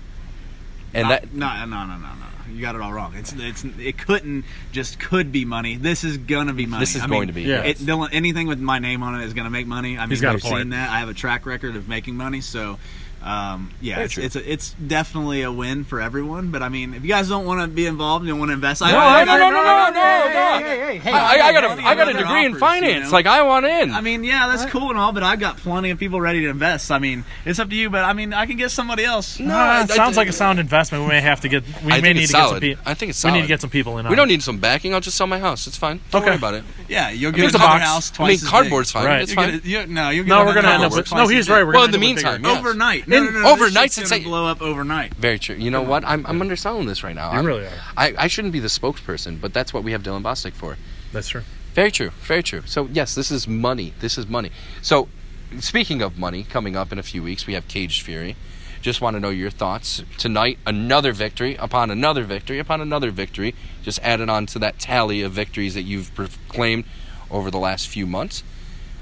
and Not- that no, no, no, no, no. You got it all wrong. It's it's it couldn't just could be money. This is gonna be money. This is I going mean, to be, It, yes. Dylan, anything with my name on it is gonna make money. I mean, He's got a we've point. seen that. I have a track record of making money, so. Um, yeah, Very it's true. it's, a, it's definitely a win for everyone. But I mean, if you guys don't want to be involved, you don't want to invest. No, I, no, no, no, no, no, no. I, I got a I got a other degree in offers, finance. you know? Like I want in. I mean, yeah, that's cool and all, but I've got plenty of people ready to invest. I mean, it's up to you, but I mean, I can get somebody else. No, Uh, it sounds like a sound investment. We may have to get. We I may think need it's to solid. get some people. I think it's We need solid. to get some uh, people in. we don't need some backing. I'll just sell my house. It's fine. Don't worry about it. Yeah, you'll Here's get a another box. house I twice. mean, as big. cardboard's fine. Right. It's You're fine. gonna- you- no, you'll get No, we're another gonna end up house with. twice No, as he's big. right. We're Well, gonna in the end up with meantime, big- yeah. Overnight, no, In- no, no, no, this overnight, shit's since gonna I- blow up overnight. Very true. You know what? I'm, I'm underselling this right now. I'm- really are. I, I shouldn't be the spokesperson, but that's what we have Dylan Bostic for. That's true. Very true. Very true. So yes, this is money. This is money. So speaking of money, coming up in a few weeks, we have Caged Fury. Just want to know your thoughts. Tonight, another victory upon another victory upon another victory, just added on to that tally of victories that you've proclaimed over the last few months.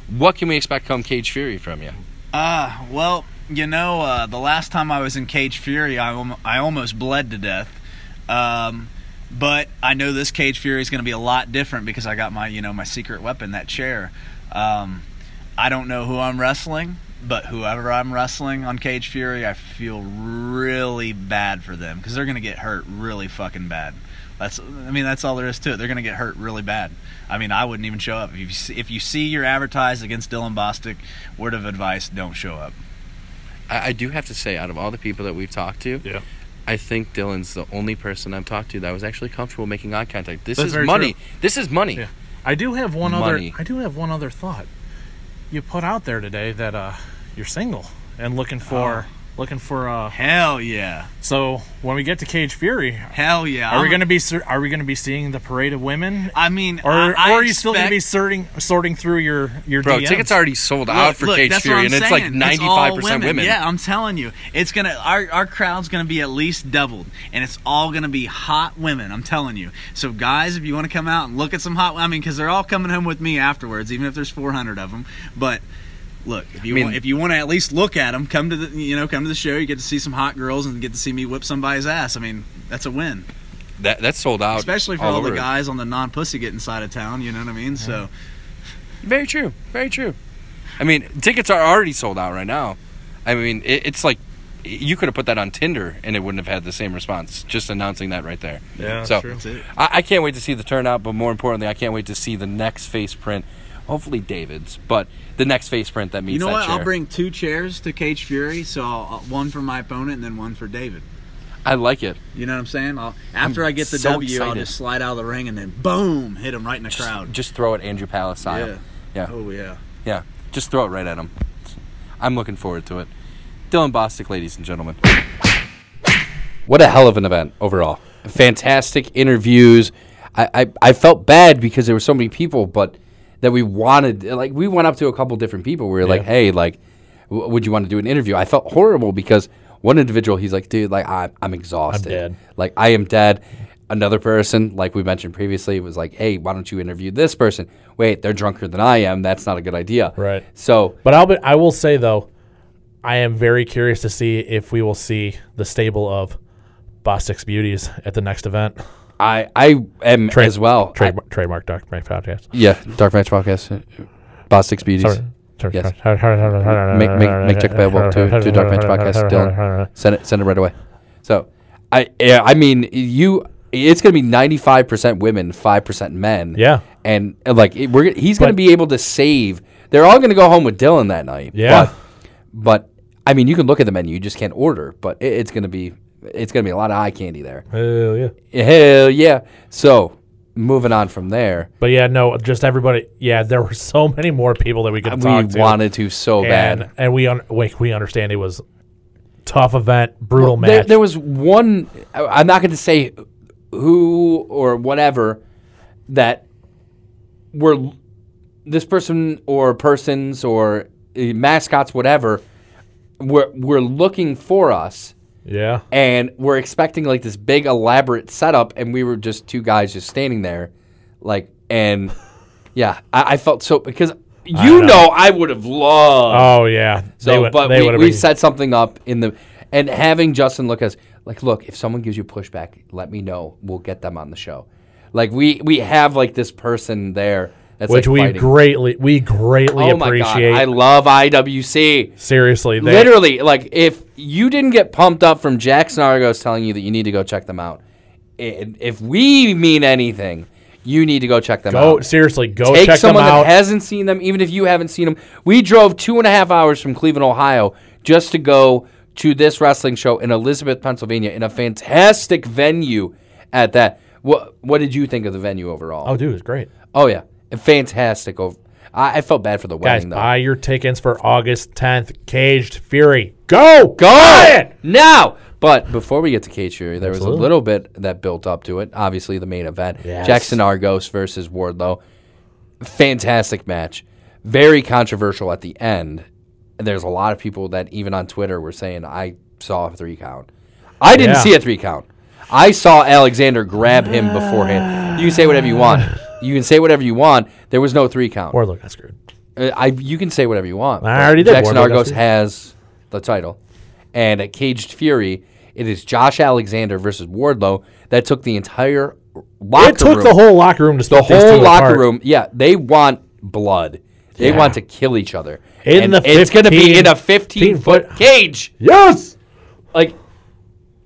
What can we expect come Cage Fury from you? Ah, well, you know, uh, the last time I was in Cage Fury, I, alm- I almost bled to death. Um, but I know this Cage Fury is going to be a lot different because I got my, you know, my secret weapon, that chair. Um, I don't know who I'm wrestling, but whoever I'm wrestling on Cage Fury, I feel really bad for them because they're going to get hurt really fucking bad. That's, I mean, that's all there is to it. They're going to get hurt really bad. I mean, I wouldn't even show up. If you see, if you see you're advertised against Dylan Bostic, word of advice: don't show up. I, I do have to say, out of all the people that we've talked to, yeah. I think Dylan's the only person I've talked to that was actually comfortable making eye contact. This That's is very money. true. This is money. Yeah. I do have one Money. other. I do have one other thought. You put out there today that uh, you're single and looking Ah. for looking for uh, hell yeah. So when we get to Cage Fury, hell yeah, are we Um, I'm- gonna be sur- are we gonna be seeing the parade of women? I mean, or, I- I or are you still gonna be expect- sorting sorting through your your Bro, DMs? tickets already sold Look- out for look, Cage that's what Fury, I'm and it's like saying. It's 95% all women. Yeah, I'm telling you, it's gonna our our crowd's gonna be at least doubled, and it's all gonna be hot women. I'm telling you. So guys, if you want to come out and look at some hot, I mean, because they're all coming home with me afterwards, even if there's 400 of them. But look, if you I mean- want, if you want to at least look at them, come to the you know come to the show. You get to see some hot girls and get to see me whip somebody's ass. I mean, that's a win, That, that's sold out. especially for all, the guys on the non pussy getting side of town. You know what I mean? So. Very true. Very true. I mean, tickets are already sold out right now. I mean, it, it's like you could have put that on Tinder and it wouldn't have had the same response. Just announcing that right there. Yeah, so true. That's it. I, I can't wait to see the turnout, but more importantly, I can't wait to see the next face print. Hopefully, David's, but the next face print that meets You know that what? chair. I'll bring two chairs to Cage Fury, so I'll, I'll- one for my opponent and then one for David. I like it. You know what I'm saying? I'll, after I'm i get the so W, I'll excited. just slide out of the ring and then boom, hit him right in the crowd. Just throw it Andrew Palace style. Yeah. Yeah. Oh yeah. Yeah. Just throw it right at him. I'm looking forward to it. Dylan Bostic, ladies and gentlemen. What a hell of an event overall. Fantastic interviews. I, I, I felt bad because there were so many people, but that we wanted, like, we went up to a couple different people. We were like, Yeah. hey, like, w- would you want to do an interview? I felt horrible because one individual, he's like, dude, like, I'm, I'm exhausted. dead. Like, I am dead. Another person, like we mentioned previously, was like, hey, why don't you interview this person? Wait, they're drunker than I am. That's not a good idea. Right. So, But I'll be, I will say though, I am very curious to see if we will see the stable of Bostix Beauties at the next event. I I am as well. Trademark, trademark Dark Brand podcast. yeah, Dark Match Podcast, Boss Six Beauties. Sorry. Sorry. Yes. Sorry. make make make check available to, to Dark Match Podcast. Dylan, send it send it right away. So, I yeah, I mean you, it's gonna be ninety five percent women, five percent men. Yeah. and uh, like it- we're he's gonna be able to save. They're all gonna go home with Dylan that night. Yeah. but, but I mean you can look at the menu, you just can't order. But it, it's gonna be it's gonna be a lot of eye candy there. Hell yeah. Hell yeah. So moving on from there. But yeah, no, just everybody. Yeah, there were so many more people that we could We talk to. wanted to so and, bad. and we un- like we understand it was tough event, brutal Well, there- match. There, was one. I- I'm not going to say who or whatever that were l- this person or persons or uh, mascots, whatever, were were looking for us. Yeah. And we're expecting like this big elaborate setup, and we were just two guys just standing there, like and yeah, I, I felt so because I you know. know I would have loved. Oh, yeah. So, They would- but they we, would've we been- set something up in the and having Justin look as like, look, if someone gives you pushback, let me know. We'll get them on the show. Like we we have like this person there that's which like we fighting. greatly we greatly Oh my appreciate. God, I love IWC. Seriously, they, Literally, like if you didn't get pumped up from Jackson Argos telling you that you need to go check them out, i- if we mean anything, you need to go check them Go out. seriously, go Take check them someone out. that hasn't seen them, even if you haven't seen them. We drove two and a half hours from Cleveland, Ohio, just to go to this wrestling show in Elizabeth, Pennsylvania, in a fantastic venue. At that, what what did you think of the venue overall? Oh, dude, it was great. Oh yeah, fantastic. Over, I, I felt bad for the Guys, wedding though. buy your tickets for August 10th. Caged Fury. Go! Go! now. But before we get to Cage Fury, there was a Absolutely. little bit that built up to it. Obviously, the main event: Yes. Jackson Argos versus Wardlow. Fantastic match. Very controversial at the end. And There's a lot of people that even on Twitter were saying, "I saw a three count. I didn't Yeah. see a three count. I saw Alexander grab him Ah. beforehand. You can say whatever you want. You can say whatever you want. There was no three count. Wardlow got screwed. Uh, I you can say whatever you want. I but already did. Jackson Wardlow got Argos screwed. has the title, and at Caged Fury, it is Josh Alexander versus Wardlow that took the entire locker it took room. the whole locker room to split the these whole two locker apart. room. Yeah, they want blood. They Yeah. want to kill each other. In And the it's going to be in a 15 15 foot- foot cage. Yes. Like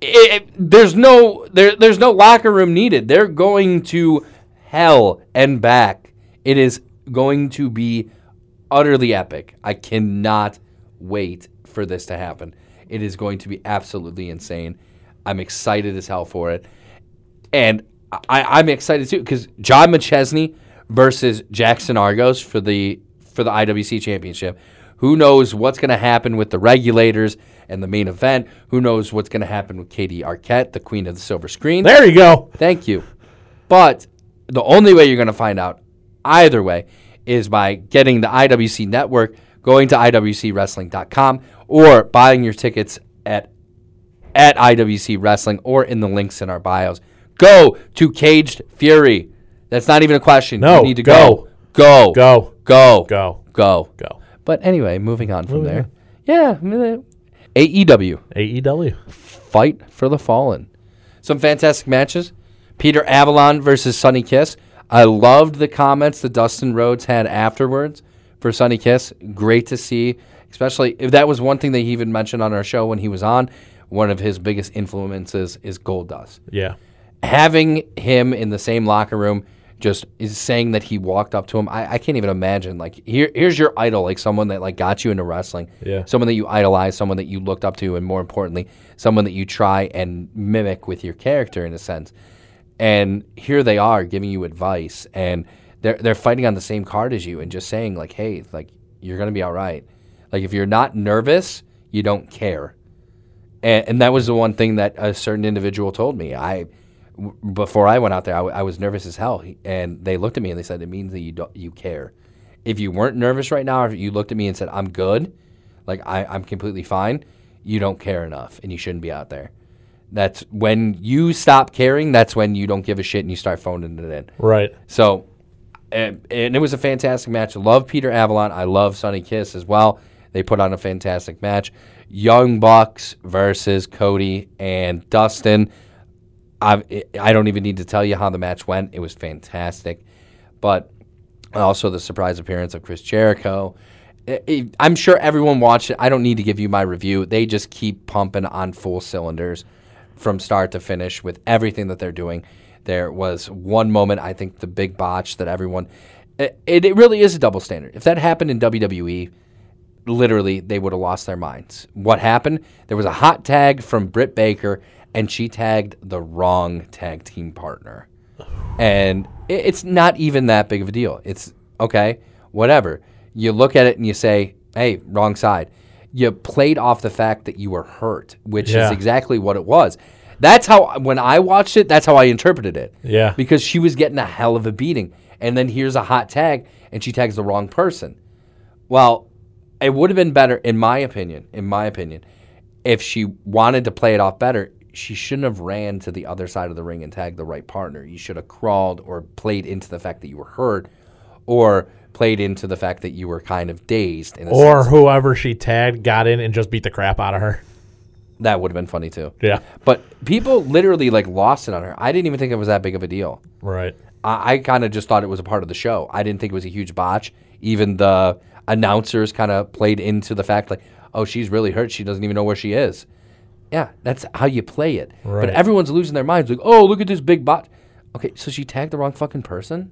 it, it- there's no there there's no locker room needed. They're going to hell and back. It is going to be utterly epic. I cannot wait for this to happen. It is going to be absolutely insane. I'm excited as hell for it. And I, I'm excited too because John McChesney versus Jackson Argos for the for the IWC championship. Who knows what's going to happen with the regulators and the main event? Who knows what's going to happen with Katie Arquette, the queen of the silver screen? There you go. Thank you. But the only way you're going to find out, either way, is by getting the IWC network, going to IWCWrestling.com, or buying your tickets at at IWC Wrestling or in the links in our bios. Go to Caged Fury. That's not even a question. No, you need to go. go. Go. Go. Go. Go. Go. Go. But anyway, moving on from Moving there. Yeah. uh, AEW. AEW. Fight for the Fallen. Some fantastic matches. Peter Avalon versus Sunny Kiss. I loved the comments that Dustin Rhodes had afterwards for Sunny Kiss. Great to see, especially if that was one thing that he even mentioned on our show when he was on. One of his biggest influences is Gold Dust Yeah. having him in the same locker room just is saying that he walked up to him I, I can't even imagine like here here's your idol like someone that like got you into wrestling Yeah. someone that you idolize someone that you looked up to and more importantly someone that you try and mimic with your character in a sense and here they are giving you advice and they're they're fighting on the same card as you and just saying like hey like you're gonna be all right like if you're not nervous you don't care and, and that was the one thing that a certain individual told me. I w- before I went out there, I, w- I was nervous as hell, He- and they looked at me and they said, "It means that you don't, you care. If you weren't nervous right now, or if you looked at me and said, "I'm good," like I, I'm completely fine, you don't care enough, and you shouldn't be out there. That's when you stop caring. That's when you don't give a shit and you start phoning it in. Right. So, and, and it was a fantastic match. Love Peter Avalon. I love Sonny Kiss as well. They put on a fantastic match. Young Bucks versus Cody and Dustin. I I don't even need to tell you how the match went. It was fantastic, but also the surprise appearance of Chris Jericho. I- I- I'm sure everyone watched it. I don't need to give you my review. They just keep pumping on full cylinders from start to finish with everything that they're doing. There was one moment, I think the big botch that everyone. It, it really is a double standard. If that happened in WWE, literally they would have lost their minds. What happened? There was a hot tag from Britt Baker, and she tagged the wrong tag team partner. And it, it's not even that big of a deal. It's okay, whatever. You look at it and you say, hey, wrong side. You played off the fact that you were hurt, which Yeah. is exactly what it was. That's how, when I watched it, that's how I interpreted it. Yeah. Because she was getting a hell of a beating. And then here's a hot tag, and she tags the wrong person. Well, it would have been better, in my opinion, in my opinion, if she wanted to play it off better, she shouldn't have ran to the other side of the ring and tagged the right partner. You should have crawled or played into the fact that you were hurt or played into the fact that you were kind of dazed. In a Or sense. whoever she tagged got in and just beat the crap out of her. that would have been funny too. Yeah. But people literally like lost it on her. I didn't even think it was that big of a deal. Right. I, I kind of just thought it was a part of the show. I didn't think it was a huge botch. Even the announcers kind of played into the fact, like, oh, she's really hurt. She doesn't even know where she is. Yeah, that's how you play it. Right. But everyone's losing their minds. Like, oh, look at this big botch. Okay, so she tagged the wrong fucking person?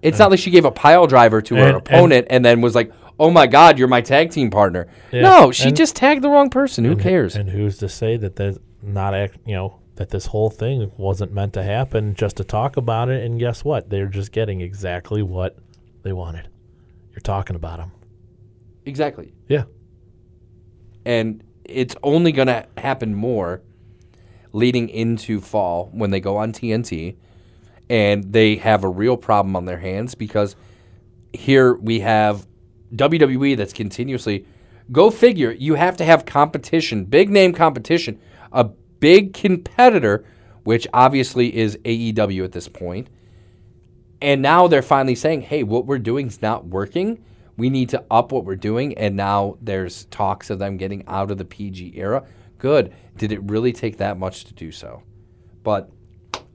It's not like she gave a pile driver to Uh. And- her opponent and, then was like, oh my God, you're my tag team partner. Yeah, No, she and- just tagged the wrong person. Who cares? And who's to say that there's not act, you know, that this whole thing wasn't meant to happen just to talk about it and guess what? They're just getting exactly what they wanted. You're talking about them. Exactly. Yeah. and it's only going to happen more leading into fall when they go on TNT and they have a real problem on their hands because here we have WWE that's E continuously Go figure. You have to have competition, big name competition, a big competitor, which obviously is AEW at this point. And now they're finally saying, hey, what we're doing is not working. We need to up what we're doing. And now there's talks of them getting out of the PG era. Good. Did it really take that much to do so? But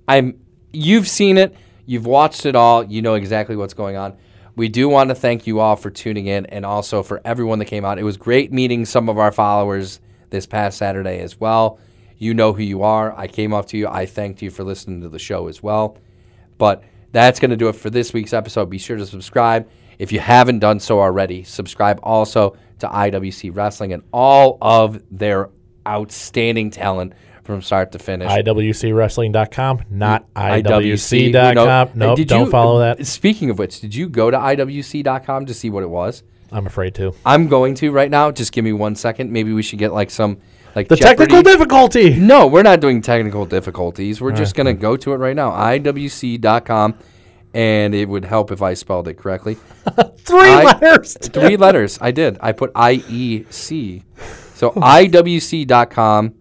I'm you've seen it, you've watched it all, you know exactly what's going on. We do want to thank you all for tuning in and also for everyone that came out. It was great meeting some of our followers this past Saturday as well. You know who you are. I came up to you. I thanked you for listening to the show as well. But that's going to do it for this week's episode. Be sure to subscribe. If you haven't done so already, subscribe also to IWC Wrestling and all of their outstanding talent from start to finish. IWCWrestling.com, not IWC. IWC.com. No, Nope, don't follow that. Speaking of which, did you go to IWC.com to see what it was? I'm afraid to. I'm going to right now. Just give me one second. Maybe we should get like some like The technical difficulty. No, we're not doing technical difficulties. We're All just right. gonna go to it right now. IWC.com, and it would help if I spelled it correctly. Three I- letters. Three letters. I did. I put I E C. So IWC.com,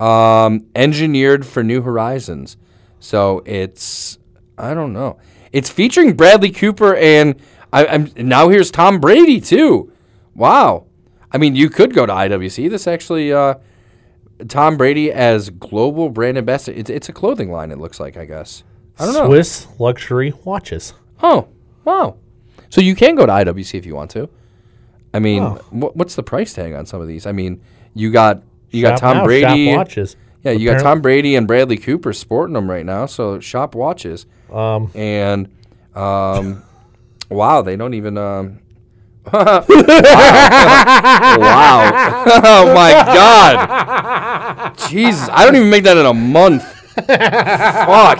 um, engineered for New Horizons. So it's I don't know. It's featuring Bradley Cooper and I, I'm now here's Tom Brady too. Wow. I mean, you could go to IWC. This actually, uh, Tom Brady as global brand ambassador. It's, it's a clothing line. It looks like I guess. I don't know. Swiss luxury watches. Oh, wow. So you can go to IWC if you want to. I mean, Oh. wha- what's the price tag on some of these? I mean, you got you got Shop Tom now, shop Brady. watches. Yeah, you got Apparent- Tom Brady and Bradley Cooper sporting them right now. So shop watches. Um and um, wow, they don't even um. wow. wow. oh my god. Jesus, I don't even make that in a month. Fuck.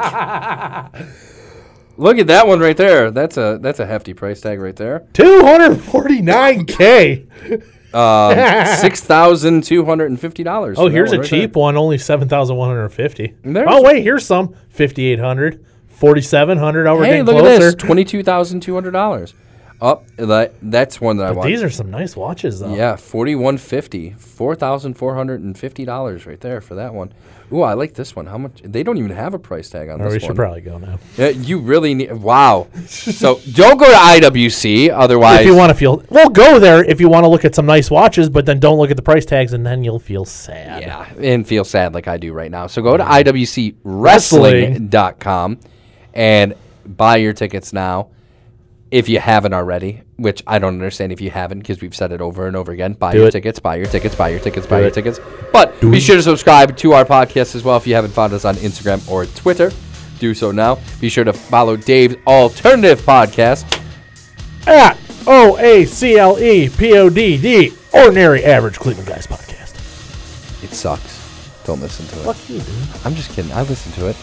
Look at that one right there. That's a that's a hefty price tag right there. 249K. Um, six thousand two hundred and fifty dollars. Oh, here's a cheap one, only 7,150. There's- Oh, wait, here's some 5,800, 4,700. Oh, we're Hey, getting look at closer. this. Twenty two thousand two hundred dollars. Up that that's one that I But want. these are some nice watches, though. Yeah, forty one fifty. Four thousand four hundred and fifty dollars right there for that one. Ooh, I like this one. How much they don't even have a price tag on Or this we should one. probably go now. Yeah, you really need wow. so don't go to IWC, otherwise If you want to feel, well, go there if you want to look at some nice watches, but then don't look at the price tags, and then you'll feel sad. Yeah, and feel sad like I do right now. So go to IWCWrestling.com and buy your tickets now if you haven't already, which I don't understand if you haven't because we've said it over and over again. Buy Do your it. tickets, buy your tickets, buy your tickets, buy Do your it. tickets. But Do be it. sure to subscribe to our podcast as well if you haven't found us on Instagram or Twitter. Do so now. Be sure to follow Dave's alternative podcast. At O A C L E P O D D, Ordinary Average Cleveland Guys Podcast. It sucks. Don't listen to it. Fuck you, dude. I'm just kidding. I listen to it.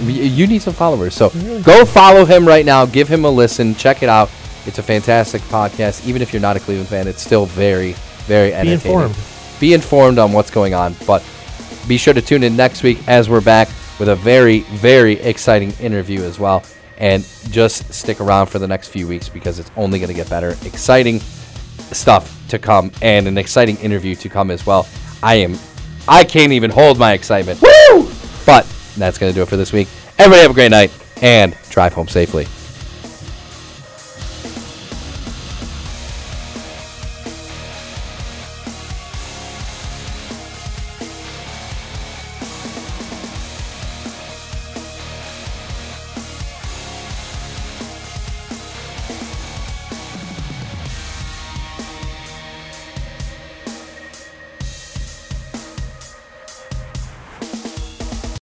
Y- You need some followers. So go follow him right now. Give him a listen. Check it out. It's a fantastic podcast. Even if you're not a Cleveland fan, it's still very, very entertaining. informed. Be informed on what's going on. But be sure to tune in next week as we're back with a very, very exciting interview as well. And just stick around for the next few weeks because it's only going to get better. Exciting stuff to come and an exciting interview to come as well. I am, I can't even hold my excitement. Woo! But that's going to do it for this week. Everybody have a great night and drive home safely.